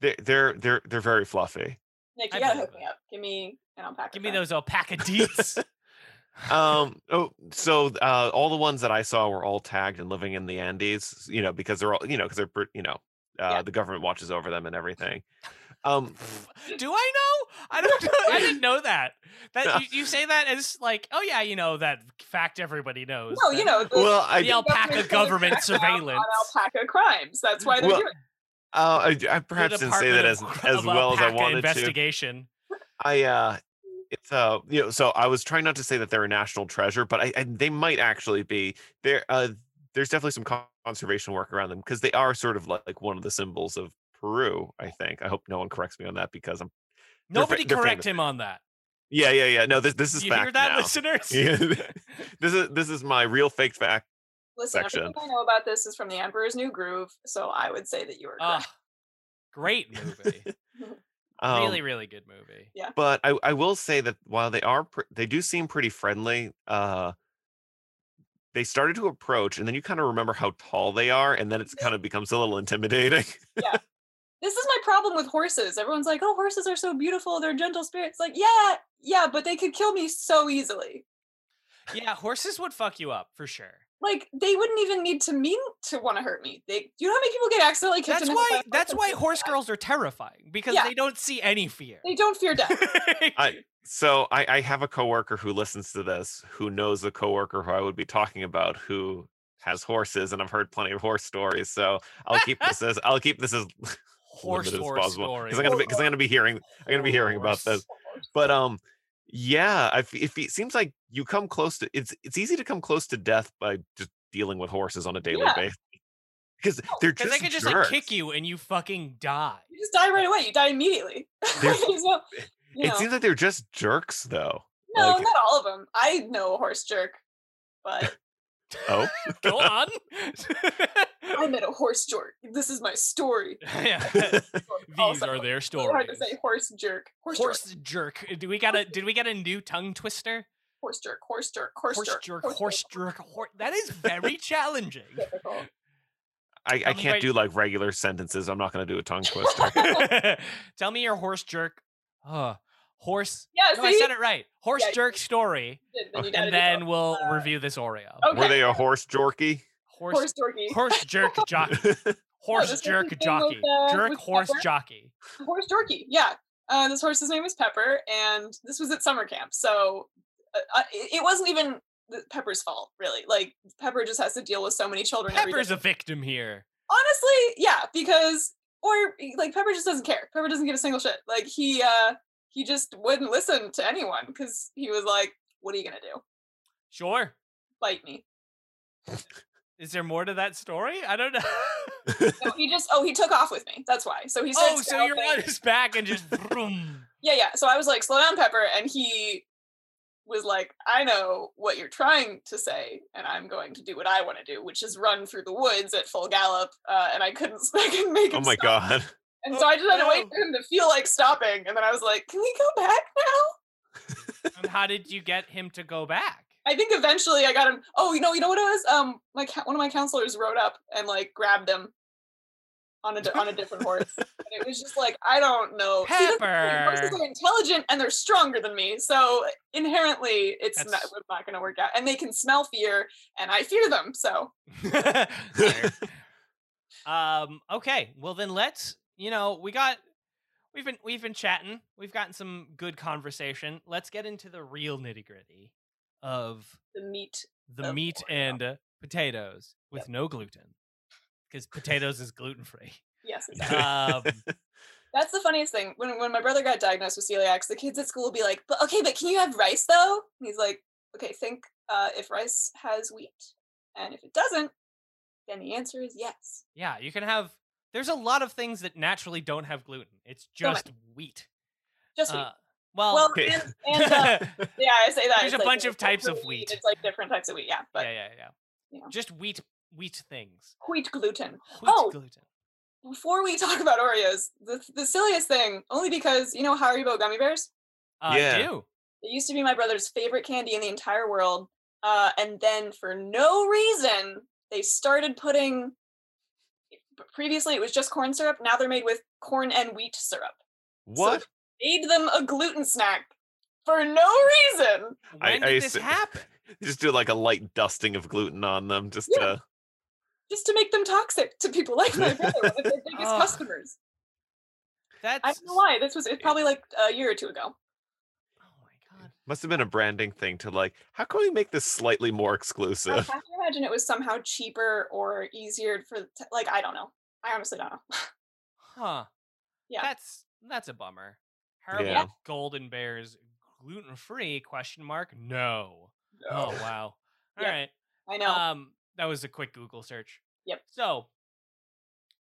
Speaker 3: They're they're they're, they're very fluffy.
Speaker 4: Nick,
Speaker 1: I
Speaker 4: you gotta
Speaker 1: believe
Speaker 4: hook me up. Give me an alpaca.
Speaker 1: give me
Speaker 3: [laughs]
Speaker 4: friend.
Speaker 1: those alpaca deets
Speaker 3: Um. Oh, so uh, all the ones that I saw were all tagged and living in the Andes. You know, because they're all you know because they're pr- you know uh,
Speaker 4: Yeah.
Speaker 3: the government watches over them and
Speaker 1: [laughs]
Speaker 3: everything. Um.
Speaker 1: do i know i don't know i didn't know that
Speaker 3: No.
Speaker 1: that you, you say that as like oh yeah you know that fact everybody knows
Speaker 4: No,
Speaker 1: that-
Speaker 4: you know the,
Speaker 3: Well, I
Speaker 1: the alpaca
Speaker 4: government's gonna
Speaker 1: government
Speaker 4: crack down
Speaker 1: surveillance.
Speaker 4: on alpaca crimes. That's why they're
Speaker 3: Well,
Speaker 4: doing.
Speaker 3: uh, I, I
Speaker 1: the
Speaker 3: perhaps didn't say
Speaker 1: Department
Speaker 3: that
Speaker 1: of
Speaker 3: as
Speaker 1: Cr-
Speaker 3: as
Speaker 1: [laughs] of
Speaker 3: well as I
Speaker 1: Alpaca
Speaker 3: wanted to.
Speaker 1: investigation.
Speaker 3: I uh it's uh you know so I was trying not to say that they're a national treasure, but I, I they might actually be there. Uh, there's definitely some con- conservation work around them because they are sort of like, like one of the symbols of Peru. I think. I hope no one corrects me on that because I'm They're fa-
Speaker 1: Nobody
Speaker 3: they're
Speaker 1: correct
Speaker 3: famous.
Speaker 1: him on that.
Speaker 3: Yeah, yeah, yeah. No, this this is
Speaker 1: you
Speaker 3: fact
Speaker 1: hear that,
Speaker 3: now.
Speaker 1: listeners?
Speaker 3: [laughs] Yeah. this is this is my real
Speaker 1: [laughs]
Speaker 3: fake fact.
Speaker 4: Listen,
Speaker 3: Section.
Speaker 4: everything I know about this is from The Emperor's New Groove, so I would say that you were
Speaker 1: Ah,
Speaker 4: correct.
Speaker 1: great movie.
Speaker 3: [laughs] Um,
Speaker 1: really, really good movie.
Speaker 3: but I, I will say that while they are pr- they do seem pretty friendly uh they started to approach and then you kind of remember how tall they are and then it's kind of becomes a little intimidating [laughs]
Speaker 4: This is my problem with horses. Everyone's like, "Oh, horses are so beautiful. They're gentle spirits." Like, yeah, yeah, but they could kill me so easily.
Speaker 1: Yeah, horses would fuck you up for sure.
Speaker 4: Like, they wouldn't even need to mean to want to hurt me. They, you know how many people get accidentally kicked?
Speaker 1: That's
Speaker 4: in the head by
Speaker 1: why.
Speaker 4: a
Speaker 1: That's why
Speaker 4: horse?
Speaker 1: horse girls are terrifying because
Speaker 4: Yeah.
Speaker 1: they don't see any fear. [laughs]
Speaker 4: They don't fear death.
Speaker 3: I- so I, I have a coworker who listens to this who knows the coworker who i would be talking about who has horses and i've heard plenty of horse stories so i'll keep
Speaker 1: [laughs]
Speaker 3: this as i'll keep this as [laughs]
Speaker 1: horse
Speaker 3: limited as
Speaker 1: horse
Speaker 3: possible
Speaker 1: story.
Speaker 3: because i'm gonna be because i'm gonna be hearing I'm gonna be hearing about this. but um yeah if, if it seems like you come close to it's it's easy to come close to death by just dealing with horses on a daily
Speaker 4: Yeah.
Speaker 3: basis [laughs] because they're just
Speaker 1: Because they could just like kick you and you fucking die.
Speaker 4: You just die right away. You die immediately. [laughs]
Speaker 3: There's-
Speaker 4: There's no- you
Speaker 3: it
Speaker 4: know.
Speaker 3: seems like they're just jerks though
Speaker 4: no,
Speaker 3: like-
Speaker 4: not all of them. I know a horse jerk, but
Speaker 3: oh
Speaker 1: [laughs] Go on.
Speaker 4: I met a horse jerk. This is my story.
Speaker 1: Yeah.
Speaker 4: Oh,
Speaker 1: [laughs] These
Speaker 4: Also,
Speaker 1: are their
Speaker 4: it's really
Speaker 1: stories.
Speaker 4: hard to say horse jerk. Horse,
Speaker 1: horse
Speaker 4: jerk.
Speaker 1: jerk. Do we got a? Did we get a new tongue twister?
Speaker 4: Horse jerk. Horse jerk. Horse,
Speaker 1: Horse
Speaker 4: jerk.
Speaker 1: jerk. Horse jerk. Hor- that is
Speaker 4: [laughs]
Speaker 1: very challenging. [laughs]
Speaker 4: Difficult.
Speaker 3: i, I
Speaker 1: Um,
Speaker 3: can't
Speaker 1: wait.
Speaker 3: do like regular sentences i'm not going to do a tongue
Speaker 4: [laughs]
Speaker 3: twister
Speaker 1: Tell me your horse jerk. Uh, horse.
Speaker 4: Yeah,
Speaker 1: No,
Speaker 4: Uh, see?
Speaker 1: I said it right. Horse
Speaker 4: Yeah, you
Speaker 1: jerk story,
Speaker 4: Did, then you
Speaker 1: and
Speaker 4: gotta do
Speaker 1: then
Speaker 4: both.
Speaker 1: we'll review this Oreo.
Speaker 4: Okay.
Speaker 3: were they a horse jorky
Speaker 1: Horse
Speaker 4: horse jerky.
Speaker 1: horse
Speaker 4: [laughs]
Speaker 1: jerk
Speaker 3: [laughs]
Speaker 1: jockey.
Speaker 3: Oh
Speaker 1: Horse
Speaker 4: this is the
Speaker 1: jerk
Speaker 4: thing with,
Speaker 1: jockey.
Speaker 4: uh,
Speaker 1: jerk
Speaker 4: with
Speaker 1: horse
Speaker 4: Pepper.
Speaker 1: jockey.
Speaker 4: horse jerky. Yeah. Uh, this horse's name is Pepper, and this was at summer camp. So uh, uh, it it wasn't even the- Pepper's fault, really. Like, Pepper just has to deal with so many children. every day.
Speaker 1: Pepper's a victim here.
Speaker 4: Honestly, yeah, because, or like, Pepper just doesn't care. Pepper doesn't give a single shit. Like, he, uh, he just wouldn't listen to anyone because he was like, what are you going to do?
Speaker 1: Sure.
Speaker 4: Bite me.
Speaker 1: Is there more to that story? I don't know.
Speaker 4: No, he just, oh, he took off with me. That's why. So he
Speaker 1: [laughs]
Speaker 4: starts
Speaker 1: oh, so you're
Speaker 4: galloping.
Speaker 1: on his back and
Speaker 4: [laughs]
Speaker 1: just vroom.
Speaker 4: Yeah, yeah. So I was like, slow down, Pepper. And he was like, I know what you're trying to say, and I'm going to do what I want to do, which is run through the woods at full gallop. Uh, and I couldn't, [laughs] I couldn't make
Speaker 3: oh
Speaker 4: him
Speaker 3: my
Speaker 4: stop.
Speaker 3: god
Speaker 4: And [laughs] so I just had to wait
Speaker 1: Oh,
Speaker 4: for him to feel like stopping. And then I was like, can we go back now?
Speaker 1: And Um, how did you get him to go
Speaker 4: [laughs]
Speaker 1: back?
Speaker 4: I think eventually I got him. Oh, you know, you know what it was? Um, my coun- one of my counselors rode up and like grabbed him on a di- on a different horse. And it was just like I don't know. See, that's the thing,
Speaker 1: Pepper.
Speaker 4: horses are intelligent and they're stronger than me, so inherently it's not,
Speaker 1: That's-
Speaker 4: not going to work out. And they can smell fear, and I fear them. So
Speaker 1: Fair. um. Okay. Well, then let's. You know, we got. We've been we've been chatting. We've gotten some good conversation. Let's get into the real nitty gritty of
Speaker 4: the meat.
Speaker 1: the
Speaker 4: Of
Speaker 1: meat
Speaker 4: Oreo.
Speaker 1: and uh, potatoes with no gluten because potatoes is gluten free.
Speaker 4: [laughs] Yes, exactly.
Speaker 1: Um,
Speaker 4: That's the funniest thing. When when my brother got diagnosed with celiac, the kids at school will be like, "But okay, but can you have rice though?" And he's like, "Okay, think uh, if rice has wheat, and if it doesn't, then the answer is yes."
Speaker 1: [laughs] yeah, you can have. There's a lot of things that naturally don't have gluten. It's
Speaker 4: So much.
Speaker 1: just wheat.
Speaker 4: Just wheat.
Speaker 1: Uh, well,
Speaker 4: well,
Speaker 3: okay.
Speaker 4: and,
Speaker 1: [laughs]
Speaker 4: and uh, yeah, I say that.
Speaker 1: There's
Speaker 4: it's
Speaker 1: a
Speaker 4: like,
Speaker 1: bunch
Speaker 4: it's
Speaker 1: of types
Speaker 4: different
Speaker 1: of wheat.
Speaker 4: It's like different types of wheat. Yeah, but
Speaker 1: yeah, yeah, yeah,
Speaker 4: you know.
Speaker 1: Just wheat, wheat things.
Speaker 4: wheat gluten.
Speaker 1: Wheat
Speaker 4: Oh!
Speaker 1: gluten.
Speaker 4: Before we [laughs] talk about Oreos, the the silliest thing, only because you know Haribo gummy bears.
Speaker 1: Uh,
Speaker 3: Yeah.
Speaker 1: do.
Speaker 4: It used to be my brother's favorite candy in the entire world. Uh, and then for no reason, they started putting. Previously, it was just corn syrup. Now they're made with corn and wheat syrup.
Speaker 3: what
Speaker 4: Made them a gluten snack for no reason.
Speaker 1: When
Speaker 3: I-
Speaker 1: did
Speaker 3: I
Speaker 1: this
Speaker 3: assu-
Speaker 4: [laughs]
Speaker 1: happen?
Speaker 3: just do like a light dusting of gluten on them just
Speaker 4: Yeah.
Speaker 3: to
Speaker 4: Just to make them toxic to people like my brother, one of their biggest
Speaker 1: Ugh.
Speaker 4: customers.
Speaker 1: That's.
Speaker 4: I don't know why. This was it's probably like a year or two ago.
Speaker 1: Oh my
Speaker 4: Mm.
Speaker 1: god.
Speaker 3: Must have been a branding thing to like, how can we make this slightly more
Speaker 4: I
Speaker 3: exclusive?
Speaker 4: have to imagine it was somehow cheaper or easier for t- like I don't know. I honestly don't know.
Speaker 1: Huh.
Speaker 4: Yeah.
Speaker 1: That's that's a bummer. Haribo
Speaker 3: Yeah.
Speaker 1: Golden Bears gluten free question mark? No.
Speaker 4: [laughs]
Speaker 1: Uh, Oh wow. All
Speaker 4: Yeah,
Speaker 1: right.
Speaker 4: I know.
Speaker 1: Um that was a quick Google search.
Speaker 4: Yep.
Speaker 1: So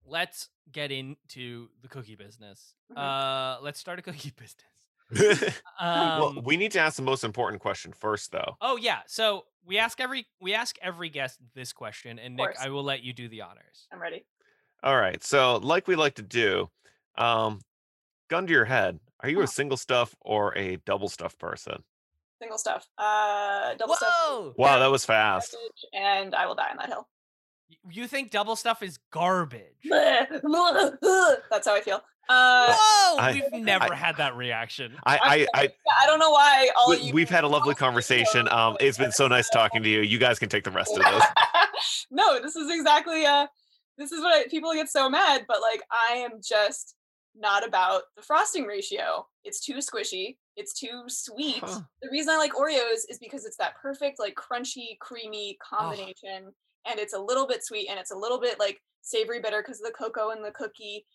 Speaker 1: let's get into the cookie business.
Speaker 4: Mhm.
Speaker 1: Uh, let's start a cookie [laughs] business.
Speaker 3: [laughs]
Speaker 1: Um,
Speaker 3: well, we need to ask the most important question first, though.
Speaker 1: oh yeah, so we ask every we ask every guest this question, and Nick,
Speaker 4: course.
Speaker 1: I will let you do the honors.
Speaker 4: I'm ready.
Speaker 3: All right. So, like we like to do, um, gun to your head. Are you a single stuff or a double stuff person?
Speaker 4: Single stuff. Uh, double stuff.
Speaker 1: Whoa!
Speaker 3: Wow, that was fast.
Speaker 4: garbage, And I will die on that hill. [laughs]
Speaker 1: Y- You think double stuff is garbage?
Speaker 4: That's how I feel. Uh,
Speaker 1: Whoa!
Speaker 3: I-
Speaker 1: We've never had that reaction.
Speaker 3: I, I, I
Speaker 4: I don't know why all of
Speaker 3: we,
Speaker 4: you.
Speaker 3: we've had a lovely conversation. Um, it's been so nice talking to you. You guys can take the rest of
Speaker 4: [laughs]
Speaker 3: this.
Speaker 4: no, this is exactly uh this is what I, people get so mad, but like I am just not about the frosting ratio. It's too squishy, it's too sweet.
Speaker 3: Huh.
Speaker 4: The reason I like Oreos is because it's that perfect like crunchy, creamy combination and it's a little bit sweet and it's a little bit like savory bitter because of the cocoa and the cookie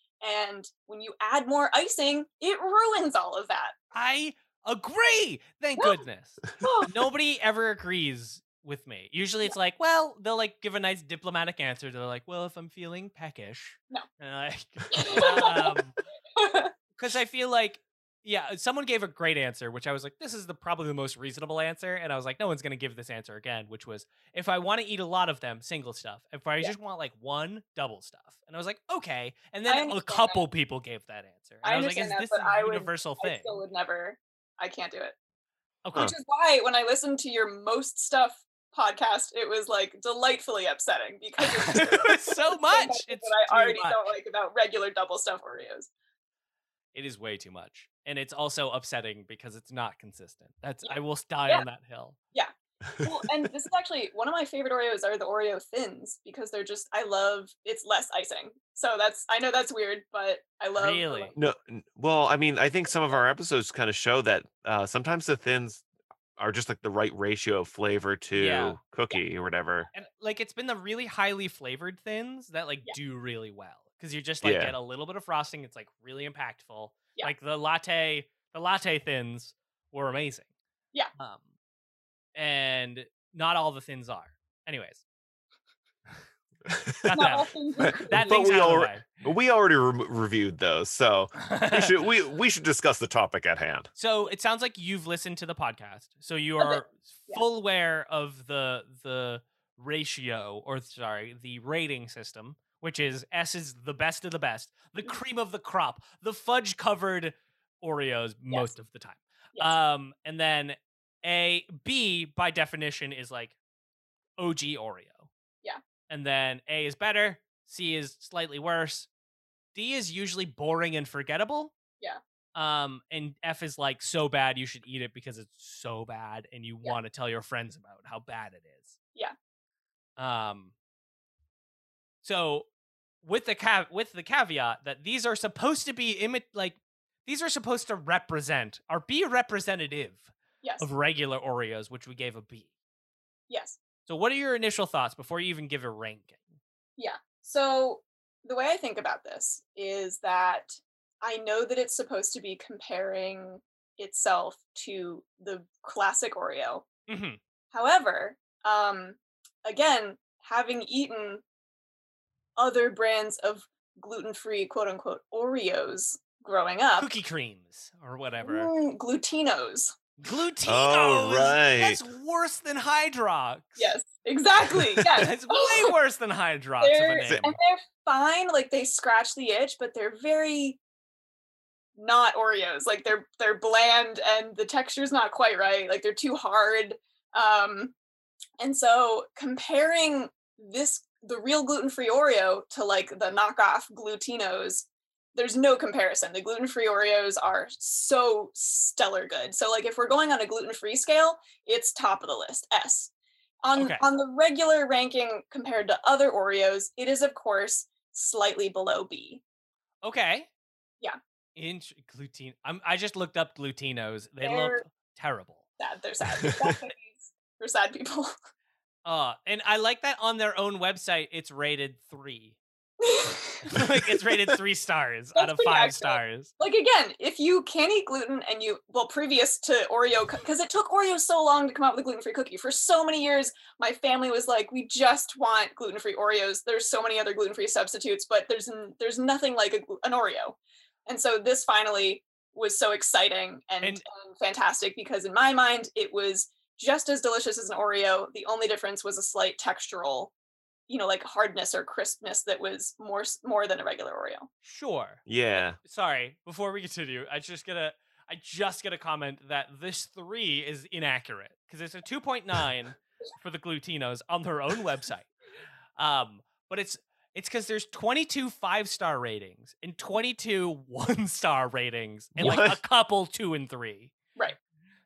Speaker 4: and when you add more icing, it ruins all of that. [laughs]
Speaker 1: I agree. Thank
Speaker 4: Woo! [laughs]
Speaker 1: goodness. Nobody ever agrees with me. Usually it's like, well, they'll like give a nice diplomatic answer. They're like, well, if I'm feeling peckish.
Speaker 4: No.
Speaker 1: And I'm
Speaker 4: [laughs]
Speaker 1: like, [laughs] because I feel like, yeah, someone gave a great answer, which I was like, this is the probably the most reasonable answer. And I was like, no one's going to give this answer again, which was if I want to eat a lot of them, single stuff. If I
Speaker 4: Yeah.
Speaker 1: just want like one, double stuff. And I was like, okay. And
Speaker 4: I
Speaker 1: then a
Speaker 4: understand that.
Speaker 1: couple people gave that answer. And
Speaker 4: I
Speaker 1: I, was like, is
Speaker 4: understand that,
Speaker 1: this
Speaker 4: but
Speaker 1: a
Speaker 4: I would-
Speaker 1: universal
Speaker 4: I
Speaker 1: thing?
Speaker 4: still would never. I can't do it.
Speaker 1: Okay.
Speaker 4: Which is why when I listened to your most stuff podcast, it was like delightfully upsetting because it's [laughs]
Speaker 1: It was [laughs] so much.
Speaker 4: that
Speaker 1: It's too
Speaker 4: I already
Speaker 1: much.
Speaker 4: don't like about regular double stuff Oreos.
Speaker 1: It is way too much, and it's also upsetting because it's not consistent. That's
Speaker 4: Yeah.
Speaker 1: I will die
Speaker 4: Yeah.
Speaker 1: on that hill.
Speaker 4: Well, and this is actually one of my favorite Oreos are the Oreo thins because they're just I love it's less icing. So that's I know that's weird, but I love I
Speaker 1: Really?
Speaker 4: love-
Speaker 3: No, n- well, I mean, I think some of our episodes kind of show that uh, sometimes the thins are just like the right ratio of flavor to
Speaker 1: Yeah.
Speaker 3: cookie or whatever.
Speaker 1: And like it's been the really highly flavored thins that like
Speaker 4: Yeah.
Speaker 1: do really well because you just like
Speaker 3: Yeah.
Speaker 1: get a little bit of frosting. It's like really impactful.
Speaker 4: Yeah.
Speaker 1: Like the latte, the latte thins were amazing.
Speaker 4: Yeah.
Speaker 1: Um, and not all the thins are. Anyways, got
Speaker 4: not all
Speaker 1: that.
Speaker 4: thins are
Speaker 3: But-
Speaker 4: creamy.
Speaker 1: [laughs] That
Speaker 3: But
Speaker 1: thing's
Speaker 3: we
Speaker 1: out of the
Speaker 3: alre- But [laughs] we already re- reviewed those, so [laughs] we
Speaker 1: way.
Speaker 3: should we we should discuss the topic at hand.
Speaker 1: So it sounds like you've listened to the podcast, so you
Speaker 4: A bit,
Speaker 1: are
Speaker 4: yeah.
Speaker 1: full aware of the the ratio, or sorry, the rating system, which is S is the best of the best, the
Speaker 4: Mhm.
Speaker 1: cream of the crop, the fudge covered Oreos most of the time.
Speaker 4: Yes.
Speaker 1: Um, and then A B by definition is like OG Oreo.
Speaker 4: Yeah.
Speaker 1: And then A is better, C is slightly worse, D is usually boring and forgettable.
Speaker 4: Yeah.
Speaker 1: Um, and F is like so bad you should eat it because it's so bad and you
Speaker 4: Yeah.
Speaker 1: want to tell your friends about how bad it is.
Speaker 4: Yeah.
Speaker 1: Um. So, with the cav- with the caveat that these are supposed to be imi- like these are supposed to represent or be representative
Speaker 4: yes.
Speaker 1: of regular Oreos, which we gave a B.
Speaker 4: Yes.
Speaker 1: So, what are your initial thoughts before you even give a ranking?
Speaker 4: So the way I think about this is that I know that it's supposed to be comparing itself to the classic Oreo.
Speaker 1: Mm-hmm.
Speaker 4: However, um, again, having eaten other brands of gluten-free quote unquote Oreos growing up,
Speaker 1: Uh, Cookie creams or whatever. [laughs]
Speaker 4: mm, glutinos.
Speaker 1: Glutinos.
Speaker 3: right.
Speaker 1: That's worse than Hydrox.
Speaker 4: Yes, exactly.
Speaker 1: [laughs]
Speaker 4: Yes.
Speaker 1: That's
Speaker 4: [laughs]
Speaker 1: way worse than Hydrox of a
Speaker 4: They're-
Speaker 1: name.
Speaker 4: and they're fine like they scratch the itch but they're very not oreos like they're they're bland and the texture's not quite right like they're too hard um and so comparing this the real gluten-free oreo to like the knockoff glutinos there's no comparison the gluten-free oreos are so stellar good so like if we're going on a gluten-free scale it's top of the list s on
Speaker 1: Okay.
Speaker 4: on the regular ranking compared to other oreos it is of course slightly below b
Speaker 1: Okay.
Speaker 4: Yeah.
Speaker 1: Int- gluten. I'm, I just looked up glutinos. They
Speaker 4: They're-
Speaker 1: look terrible.
Speaker 4: sad they're sad They're sad cookies for sad people [laughs] [laughs]
Speaker 1: Uh, and I like that on their own website, it's rated three. [laughs] like it's rated three stars
Speaker 4: That's
Speaker 1: out of
Speaker 4: pretty
Speaker 1: five
Speaker 4: accurate.
Speaker 1: stars.
Speaker 4: like again, if you can eat gluten and you well previous to Oreo because it took Oreo so long to come out with a gluten-free cookie for so many years, my family was like, we just want gluten-free Oreos. There's so many other gluten-free substitutes, but there's n- there's nothing like a, glu- an Oreo. And so this finally was so exciting and,
Speaker 1: And-
Speaker 4: and fantastic because in my mind it was just as delicious as an Oreo. The only difference was a slight textural, you know, like hardness or crispness that was more s- more than a regular Oreo.
Speaker 1: Sure.
Speaker 3: Yeah. [laughs]
Speaker 1: Sorry. Before we continue, I just gotta I just gotta comment that this three is inaccurate because it's a two point
Speaker 4: [laughs]
Speaker 1: nine for the Glutinos on their own website. Um, but it's it's because there's 22 five star ratings and 22 one star ratings and like a
Speaker 3: What?
Speaker 1: couple two and three.
Speaker 4: Right.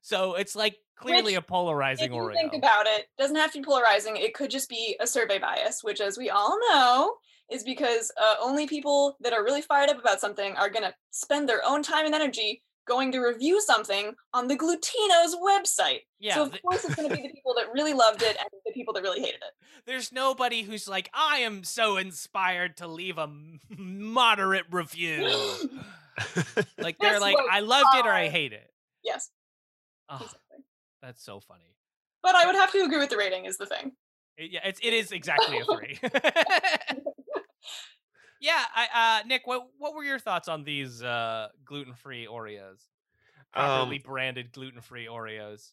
Speaker 1: So it's like clearly a polarizing
Speaker 4: if you
Speaker 1: Oreo.
Speaker 4: think about it, doesn't have to be polarizing. It could just be a survey bias, which, as we all know, is because uh, only people that are really fired up about something are going to spend their own time and energy going to review something on the Glutino's website.
Speaker 1: yeah.
Speaker 4: so of
Speaker 1: th-
Speaker 4: course, it's going to be the people that really loved it and the people that really hated it.
Speaker 1: there's nobody who's like, I am so inspired to leave a m- moderate review.
Speaker 4: [laughs]
Speaker 3: Um,
Speaker 1: like they're
Speaker 4: That's
Speaker 1: like,
Speaker 4: what
Speaker 1: I loved it or I
Speaker 4: I-
Speaker 1: hate it. [sighs]
Speaker 4: Yes,
Speaker 1: Oh,
Speaker 4: exactly.
Speaker 1: that's so funny.
Speaker 4: But I would have to agree with the rating is
Speaker 1: [laughs]
Speaker 4: the thing.
Speaker 1: It- yeah, it's it is
Speaker 3: [laughs]
Speaker 1: exactly a three. [laughs] yeah, I, uh, Nick, what what were your thoughts on these uh, gluten free Oreos? Properly
Speaker 3: Um,
Speaker 1: branded gluten free Oreos.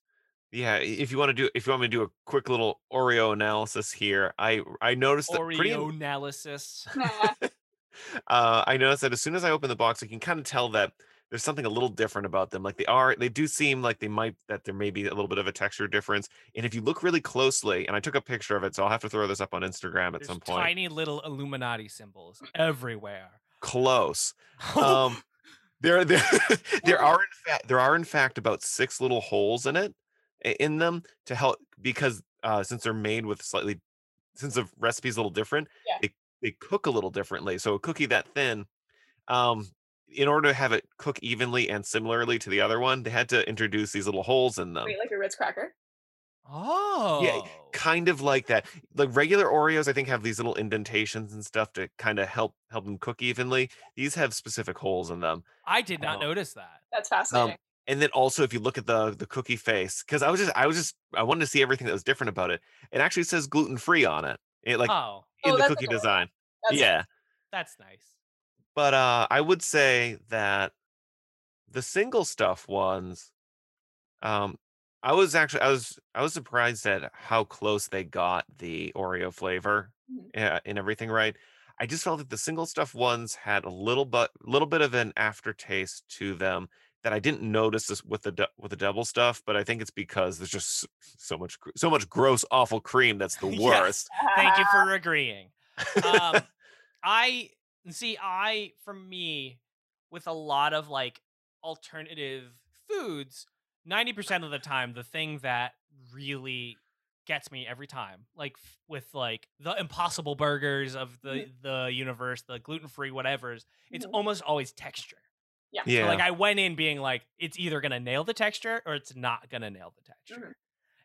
Speaker 3: yeah. If you want to do, if you want me to do a quick little Oreo analysis here, I I noticed that pretty
Speaker 1: Oreo
Speaker 3: [laughs]
Speaker 1: analysis.
Speaker 4: Nah.
Speaker 3: uh, I noticed that as soon as I open the box, I can kind of tell that there's something a little different about them. Like they are, they do seem like they might that there may be a little bit of a texture difference. And if you look really closely, and I took a picture of it, so I'll have to throw this up on Instagram at
Speaker 1: There's
Speaker 3: some point.
Speaker 1: tiny little Illuminati symbols everywhere.
Speaker 3: Close. Um, [laughs] there, there, [laughs] there are in fact there are in fact about six little holes in it i- in them to help because uh, since they're made with slightly since the recipe's a little different,
Speaker 4: Yeah.
Speaker 3: they they cook a little differently. So a cookie that thin, um, in order to have it cook evenly and similarly to the other one, they had to introduce these little holes in them.
Speaker 4: Wait, like a Ritz cracker?
Speaker 1: [laughs] oh.
Speaker 3: Kind of like that. Like regular Oreos, I think have these little indentations and stuff to kind of help help them cook evenly. These have specific holes in them.
Speaker 1: I did not
Speaker 3: Oh.
Speaker 1: notice that.
Speaker 4: That's fascinating.
Speaker 3: and then also if you look at the the cookie face because i was just i was just i wanted to see everything that was different about it it actually says gluten-free on it, it like
Speaker 1: oh,
Speaker 3: in
Speaker 4: Oh,
Speaker 3: the
Speaker 4: that's
Speaker 3: cookie
Speaker 4: adorable.
Speaker 3: design
Speaker 4: That's-
Speaker 3: yeah
Speaker 1: that's nice.
Speaker 3: but uh i would say that the single stuff ones um i was actually i was i was surprised at how close they got the oreo flavor
Speaker 4: Mhm.
Speaker 1: Mm-hmm.
Speaker 3: uh, and everything right i just felt that the single stuff ones had a little but little bit of an aftertaste to them that i didn't notice this with the dou- with the double stuff but i think it's because there's just s- so much gr- so much gross awful cream that's the
Speaker 1: [laughs] Yes.
Speaker 3: worst
Speaker 4: [laughs]
Speaker 1: Thank you for agreeing. Um, I see. I for me, with a lot of like alternative foods, ninety percent of the time, the thing that really gets me every time, like f- with like the Impossible Burgers of the the universe, the gluten free whatever's, it's
Speaker 4: Mhm.
Speaker 1: almost always texture.
Speaker 3: yeah
Speaker 1: So like I went in being like, it's either gonna nail the texture or it's not gonna nail the texture.
Speaker 4: Mhm.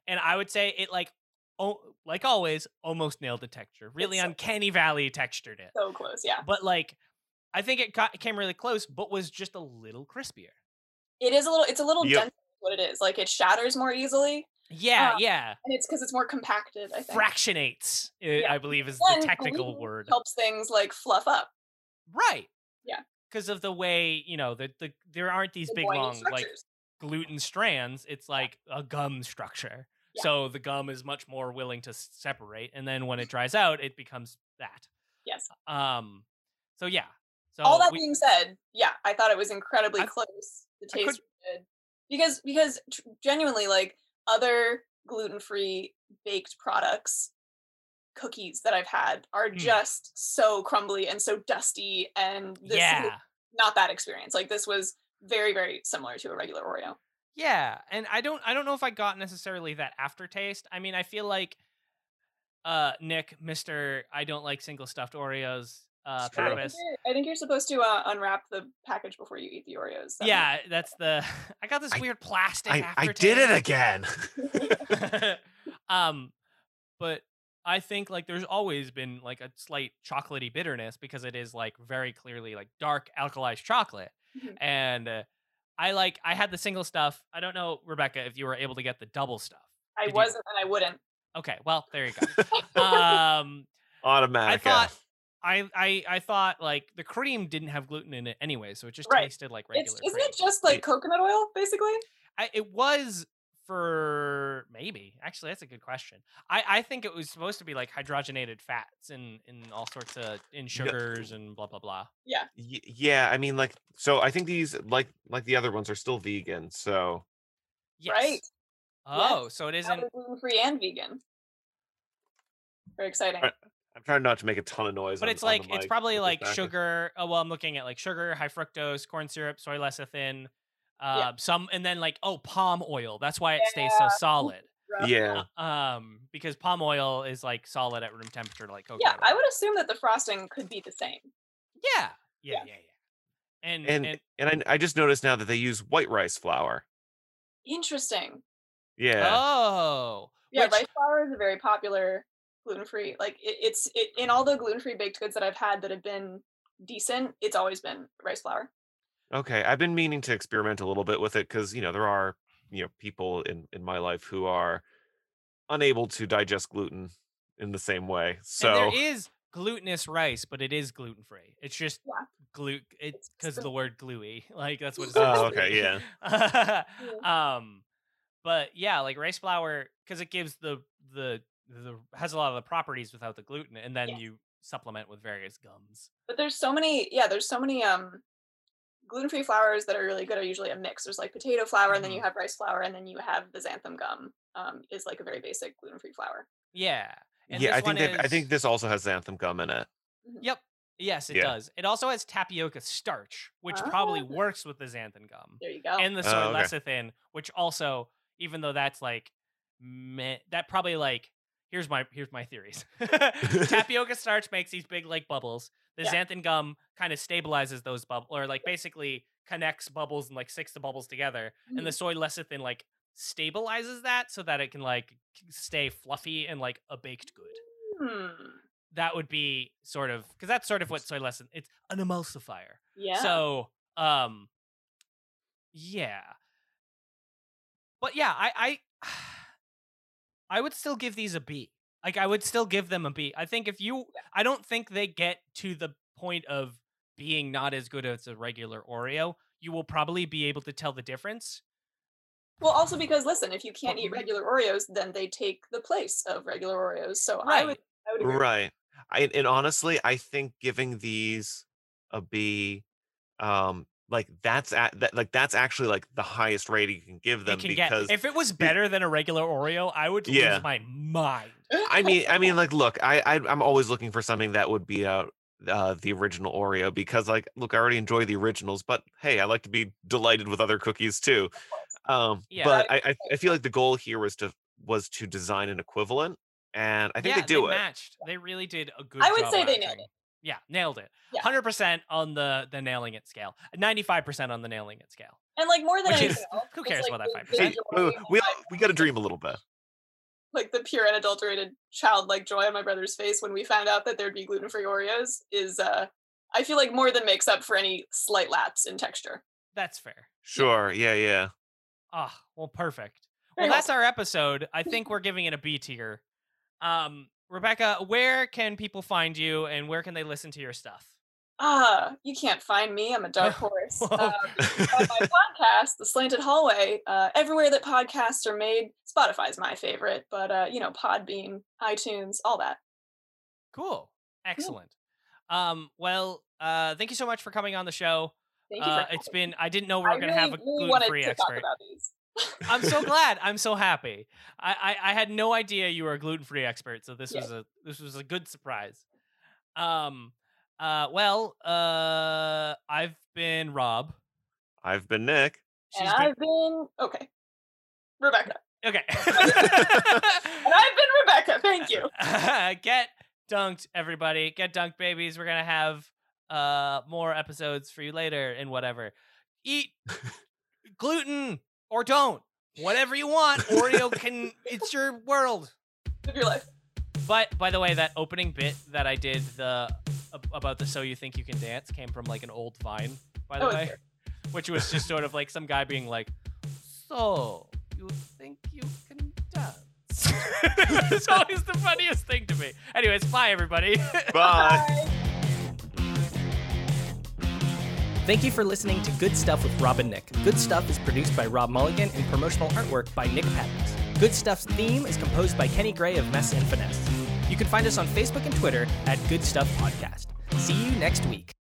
Speaker 1: And I would say it like oh like always, almost nailed the texture. Really
Speaker 4: so-
Speaker 1: uncanny valley textured it.
Speaker 4: So close, yeah.
Speaker 1: But like I think it got, came really close, but was just a little crispier.
Speaker 4: It is a little. It's a little
Speaker 3: Yep.
Speaker 4: denser. is What it is, like it shatters more easily,
Speaker 1: Yeah,
Speaker 4: Uh,
Speaker 1: yeah.
Speaker 4: and it's because it's more compacted. I think.
Speaker 1: Fractionates, uh,
Speaker 4: Yeah.
Speaker 1: I believe, is
Speaker 4: And
Speaker 1: the technical
Speaker 4: gluten
Speaker 1: word.
Speaker 4: helps things like fluff up.
Speaker 1: Right.
Speaker 4: Yeah.
Speaker 1: Because of the way you know the, the there aren't these
Speaker 4: the
Speaker 1: big
Speaker 4: binding
Speaker 1: long like
Speaker 4: structures.
Speaker 1: gluten strands, it's like a gum structure.
Speaker 4: Yeah.
Speaker 1: So the gum is much more willing to s- separate, and then when
Speaker 3: Mm-hmm.
Speaker 1: it dries out, it becomes that.
Speaker 4: Yes.
Speaker 1: Um. So yeah. So
Speaker 4: All that
Speaker 1: we-
Speaker 4: being said, yeah, I thought it was incredibly
Speaker 1: I-
Speaker 4: close.
Speaker 1: I
Speaker 4: The
Speaker 1: could-
Speaker 4: taste was good because because tr- genuinely, like other gluten-free baked products, cookies that I've had are
Speaker 1: Mm.
Speaker 4: just so crumbly and so dusty, and this
Speaker 1: yeah.
Speaker 4: is not that experience. Like this was very very similar to a regular Oreo.
Speaker 1: Yeah, and I don't I don't know if I got necessarily that aftertaste. I mean, I feel like uh Nick, Mr. I don't like single stuffed Oreos uh
Speaker 3: True.
Speaker 4: I think,
Speaker 1: Pappas.
Speaker 4: you're, I think you're supposed to uh, unwrap the package before you eat the Oreos. so-
Speaker 1: Yeah, that's the [laughs] I got this
Speaker 3: I-
Speaker 1: weird plastic
Speaker 3: [laughs] I, I did
Speaker 1: [laughs]
Speaker 3: it
Speaker 1: aftertaste.
Speaker 3: again
Speaker 1: um, but I think like there's always been like a slight chocolatey bitterness because it is like very clearly like dark alkalized chocolate.
Speaker 4: Mhm.
Speaker 1: And uh, I like I had the single stuff. I don't know Rebecca if you were able to get the double stuff.
Speaker 4: I
Speaker 1: Did you-
Speaker 4: wasn't and I wouldn't.
Speaker 1: Okay, well, there you
Speaker 4: [laughs]
Speaker 1: go. um
Speaker 3: Automatic.
Speaker 1: thought-
Speaker 3: F.
Speaker 1: I I I thought like the cream didn't have gluten in it anyway, so it just
Speaker 4: Right.
Speaker 1: tasted like regular
Speaker 4: It's isn't
Speaker 1: cream.
Speaker 4: it just like coconut oil basically?
Speaker 1: I, it was for maybe actually that's a good question. I I think it was supposed to be like hydrogenated fats and in all sorts of in sugars and blah blah blah.
Speaker 3: Y- yeah, I mean, like, so I think these, like, like the other ones, are still vegan. So
Speaker 1: Yes.
Speaker 4: Right.
Speaker 1: Oh, so it
Speaker 4: Now
Speaker 1: isn't.
Speaker 4: they're gluten free and vegan. Very exciting.
Speaker 3: Right. I'm trying not to make a ton of noise.
Speaker 1: But
Speaker 3: on-
Speaker 1: it's
Speaker 3: on the
Speaker 1: like it's
Speaker 3: mic
Speaker 1: probably
Speaker 3: with
Speaker 1: like
Speaker 3: this back- [laughs]
Speaker 1: sugar. Oh well, I'm looking at like sugar, high fructose, corn syrup, soy lecithin, uh,
Speaker 4: Yeah.
Speaker 1: some, and then like oh palm oil. That's why it stays so solid.
Speaker 3: Yeah,
Speaker 1: Uh, Um, because palm oil is like solid at room temperature, like coconut.
Speaker 4: Yeah, I
Speaker 1: oil.
Speaker 4: would assume that the frosting could be the same.
Speaker 1: Yeah, yeah,
Speaker 4: Yeah.
Speaker 1: yeah, yeah. And and,
Speaker 3: and and I, I just noticed now that they use white rice flour.
Speaker 4: Interesting.
Speaker 3: Yeah,
Speaker 1: oh,
Speaker 4: Yeah,
Speaker 1: which-
Speaker 4: rice flour is a very popular gluten free. Like it, it's it, in all the gluten free baked goods that I've had that have been decent, it's always been rice flour.
Speaker 1: Oh.
Speaker 3: Okay, I've been meaning to experiment a little bit with it because you know there are you know people in in my life who are unable to digest gluten in the same way.
Speaker 1: and
Speaker 3: So
Speaker 1: there is glutinous rice, but it is gluten free. It's just
Speaker 4: Yeah.
Speaker 1: glue. It's
Speaker 4: It's
Speaker 1: because
Speaker 4: the-
Speaker 1: the word gluey, [laughs] like that's what. It's
Speaker 3: Oh,
Speaker 1: supposed to
Speaker 3: okay,
Speaker 1: be. [laughs]
Speaker 3: yeah.
Speaker 1: um, but yeah, like rice flour because it gives the the the has a lot of the properties without the gluten, and then
Speaker 4: Yeah.
Speaker 1: you supplement with various gums.
Speaker 4: But there's so many, yeah, there's so many um gluten free flours that are really good are usually a mix. There's like potato flour, and then you
Speaker 1: Mhm.
Speaker 4: have rice flour, and then you have the xanthan gum. Um, is like a very basic gluten free flour.
Speaker 1: Yeah. And
Speaker 3: yeah,
Speaker 1: this
Speaker 3: I think
Speaker 1: one
Speaker 3: they've I
Speaker 1: is-
Speaker 3: think this also has xanthan gum in it.
Speaker 1: Yep. Yes, it
Speaker 3: Yeah.
Speaker 1: does. It also has tapioca starch, which probably
Speaker 4: Ah.
Speaker 1: works with the xanthan gum
Speaker 4: There you go.
Speaker 1: and the soy
Speaker 3: Oh, okay.
Speaker 1: lecithin, which also, even though that's like, meh, that probably like here's my here's my theories.
Speaker 3: [laughs]
Speaker 1: [laughs] tapioca starch makes these big like bubbles. The
Speaker 4: Yeah.
Speaker 1: xanthan gum kind of stabilizes those bubbles, or like basically connects bubbles and like sticks the bubbles together. And
Speaker 3: Mm-hmm.
Speaker 1: the soy lecithin like stabilizes that so that it can like stay fluffy and like a baked good
Speaker 4: Hmm.
Speaker 1: that would be sort of because that's sort of what soy lecithin. It's an emulsifier.
Speaker 4: Yeah.
Speaker 1: So, um, yeah, but yeah, I, [sighs] I, I would still give these a B. Like, I would still give them a B. I think if you, I don't think they get to the point of being not as good as a regular Oreo. You will probably be able to tell the difference.
Speaker 4: Well, also because listen, if you can't eat
Speaker 1: we-
Speaker 4: regular Oreos, then they take the place of regular Oreos. So I would,
Speaker 1: Right.
Speaker 4: I would agree.
Speaker 3: Right. I and honestly, I think giving these a B, um, like that's at that like that's actually like the highest rate you can give
Speaker 1: They
Speaker 3: them
Speaker 1: can
Speaker 3: because
Speaker 1: get if it was better than a regular Oreo, I would
Speaker 3: Yeah.
Speaker 1: lose my mind. [laughs]
Speaker 3: I mean, I mean, like, look, I, I I'm always looking for something that would be out uh, the original Oreo because, like, look, I already enjoy the originals, but hey, I like to be delighted with other cookies too. Um,
Speaker 1: Yeah.
Speaker 3: but I, I I feel like the goal here was to was to design an equivalent, and I think
Speaker 1: yeah,
Speaker 3: they do it.
Speaker 1: matched. They really did a good.
Speaker 4: I would
Speaker 1: job
Speaker 4: say they
Speaker 1: matching.
Speaker 4: nailed it.
Speaker 1: Yeah, nailed it.
Speaker 4: Yeah.
Speaker 1: Hundred percent on the the nailing it scale. Ninety five percent on the nailing it scale.
Speaker 4: And like more than
Speaker 1: Which
Speaker 4: anything
Speaker 1: is-
Speaker 4: else,
Speaker 1: who
Speaker 4: it's,
Speaker 1: cares
Speaker 4: like,
Speaker 1: about that
Speaker 4: the
Speaker 1: 5%?
Speaker 3: We
Speaker 4: joy,
Speaker 3: we,
Speaker 4: like-
Speaker 3: we got to dream a little bit.
Speaker 4: Like the pure and adulterated childlike joy on my brother's face when we found out that there'd be gluten-free Oreos is, uh, I feel like more than makes up for any slight lapse in texture.
Speaker 1: That's fair.
Speaker 3: Sure. Yeah. Yeah.
Speaker 1: Ah, well, perfect.
Speaker 4: Very
Speaker 1: Well, that's our episode.
Speaker 4: [laughs]
Speaker 1: I think we're giving it a B tier. Um, Rebecca, where can people find you, and where can they listen to your stuff?
Speaker 4: Ah, you can't find me. I'm
Speaker 1: [laughs]
Speaker 4: a dark horse.
Speaker 1: Whoa.
Speaker 4: Um, on my podcast, The Slanted Hallway, uh, everywhere that podcasts are made, Spotify's my favorite, but uh, you know, Podbean, iTunes, all that.
Speaker 1: Cool. Excellent. Um, well, uh, thank you so much for coming on the show.
Speaker 4: Thank you.
Speaker 1: Uh,
Speaker 4: for
Speaker 1: it's
Speaker 4: having
Speaker 1: been. I didn't know we
Speaker 4: me.
Speaker 1: were
Speaker 4: I
Speaker 1: going to
Speaker 4: really,
Speaker 1: have a
Speaker 4: really
Speaker 1: gluten
Speaker 4: wanted
Speaker 1: free
Speaker 4: to talk
Speaker 1: expert.
Speaker 4: about these.
Speaker 1: I'm so glad. I'm so happy. I, I, I had no idea you were a gluten free expert, so this
Speaker 4: Yeah.
Speaker 1: was a this was a good surprise. Um, uh, well, uh, I've been Rob.
Speaker 3: I've been Nick.
Speaker 1: She's
Speaker 4: And
Speaker 1: been,
Speaker 4: I've been okay, Rebecca,
Speaker 1: [laughs] okay.
Speaker 4: [laughs] and I've been Rebecca.
Speaker 1: [laughs]
Speaker 4: Thank you.
Speaker 1: Get dunked, everybody. Get dunked, babies. We're gonna have uh more episodes for you later and whatever. Eat gluten or don't. Whatever you want. Oreo can. It's your world.
Speaker 4: Live your life.
Speaker 1: But by the way, that opening bit that I did the ab- about the "So You Think You Can Dance" came from like an old Vine, by the
Speaker 4: Oh,
Speaker 1: way, [laughs] which was just sort of like some guy being like, "So you think you can dance?" [laughs] it's always the funniest thing to me. Anyways, bye everybody. [laughs]
Speaker 3: Bye.
Speaker 4: Bye.
Speaker 5: Thank you for listening to Good Stuff with Rob and Nick. Good Stuff is produced by Rob Mulligan and promotional artwork by Nick Patents. Good Stuff's theme is composed by Kenny Gray of Mess and Finesse. You can find us on Facebook and Twitter at Good Stuff Podcast. See you next week.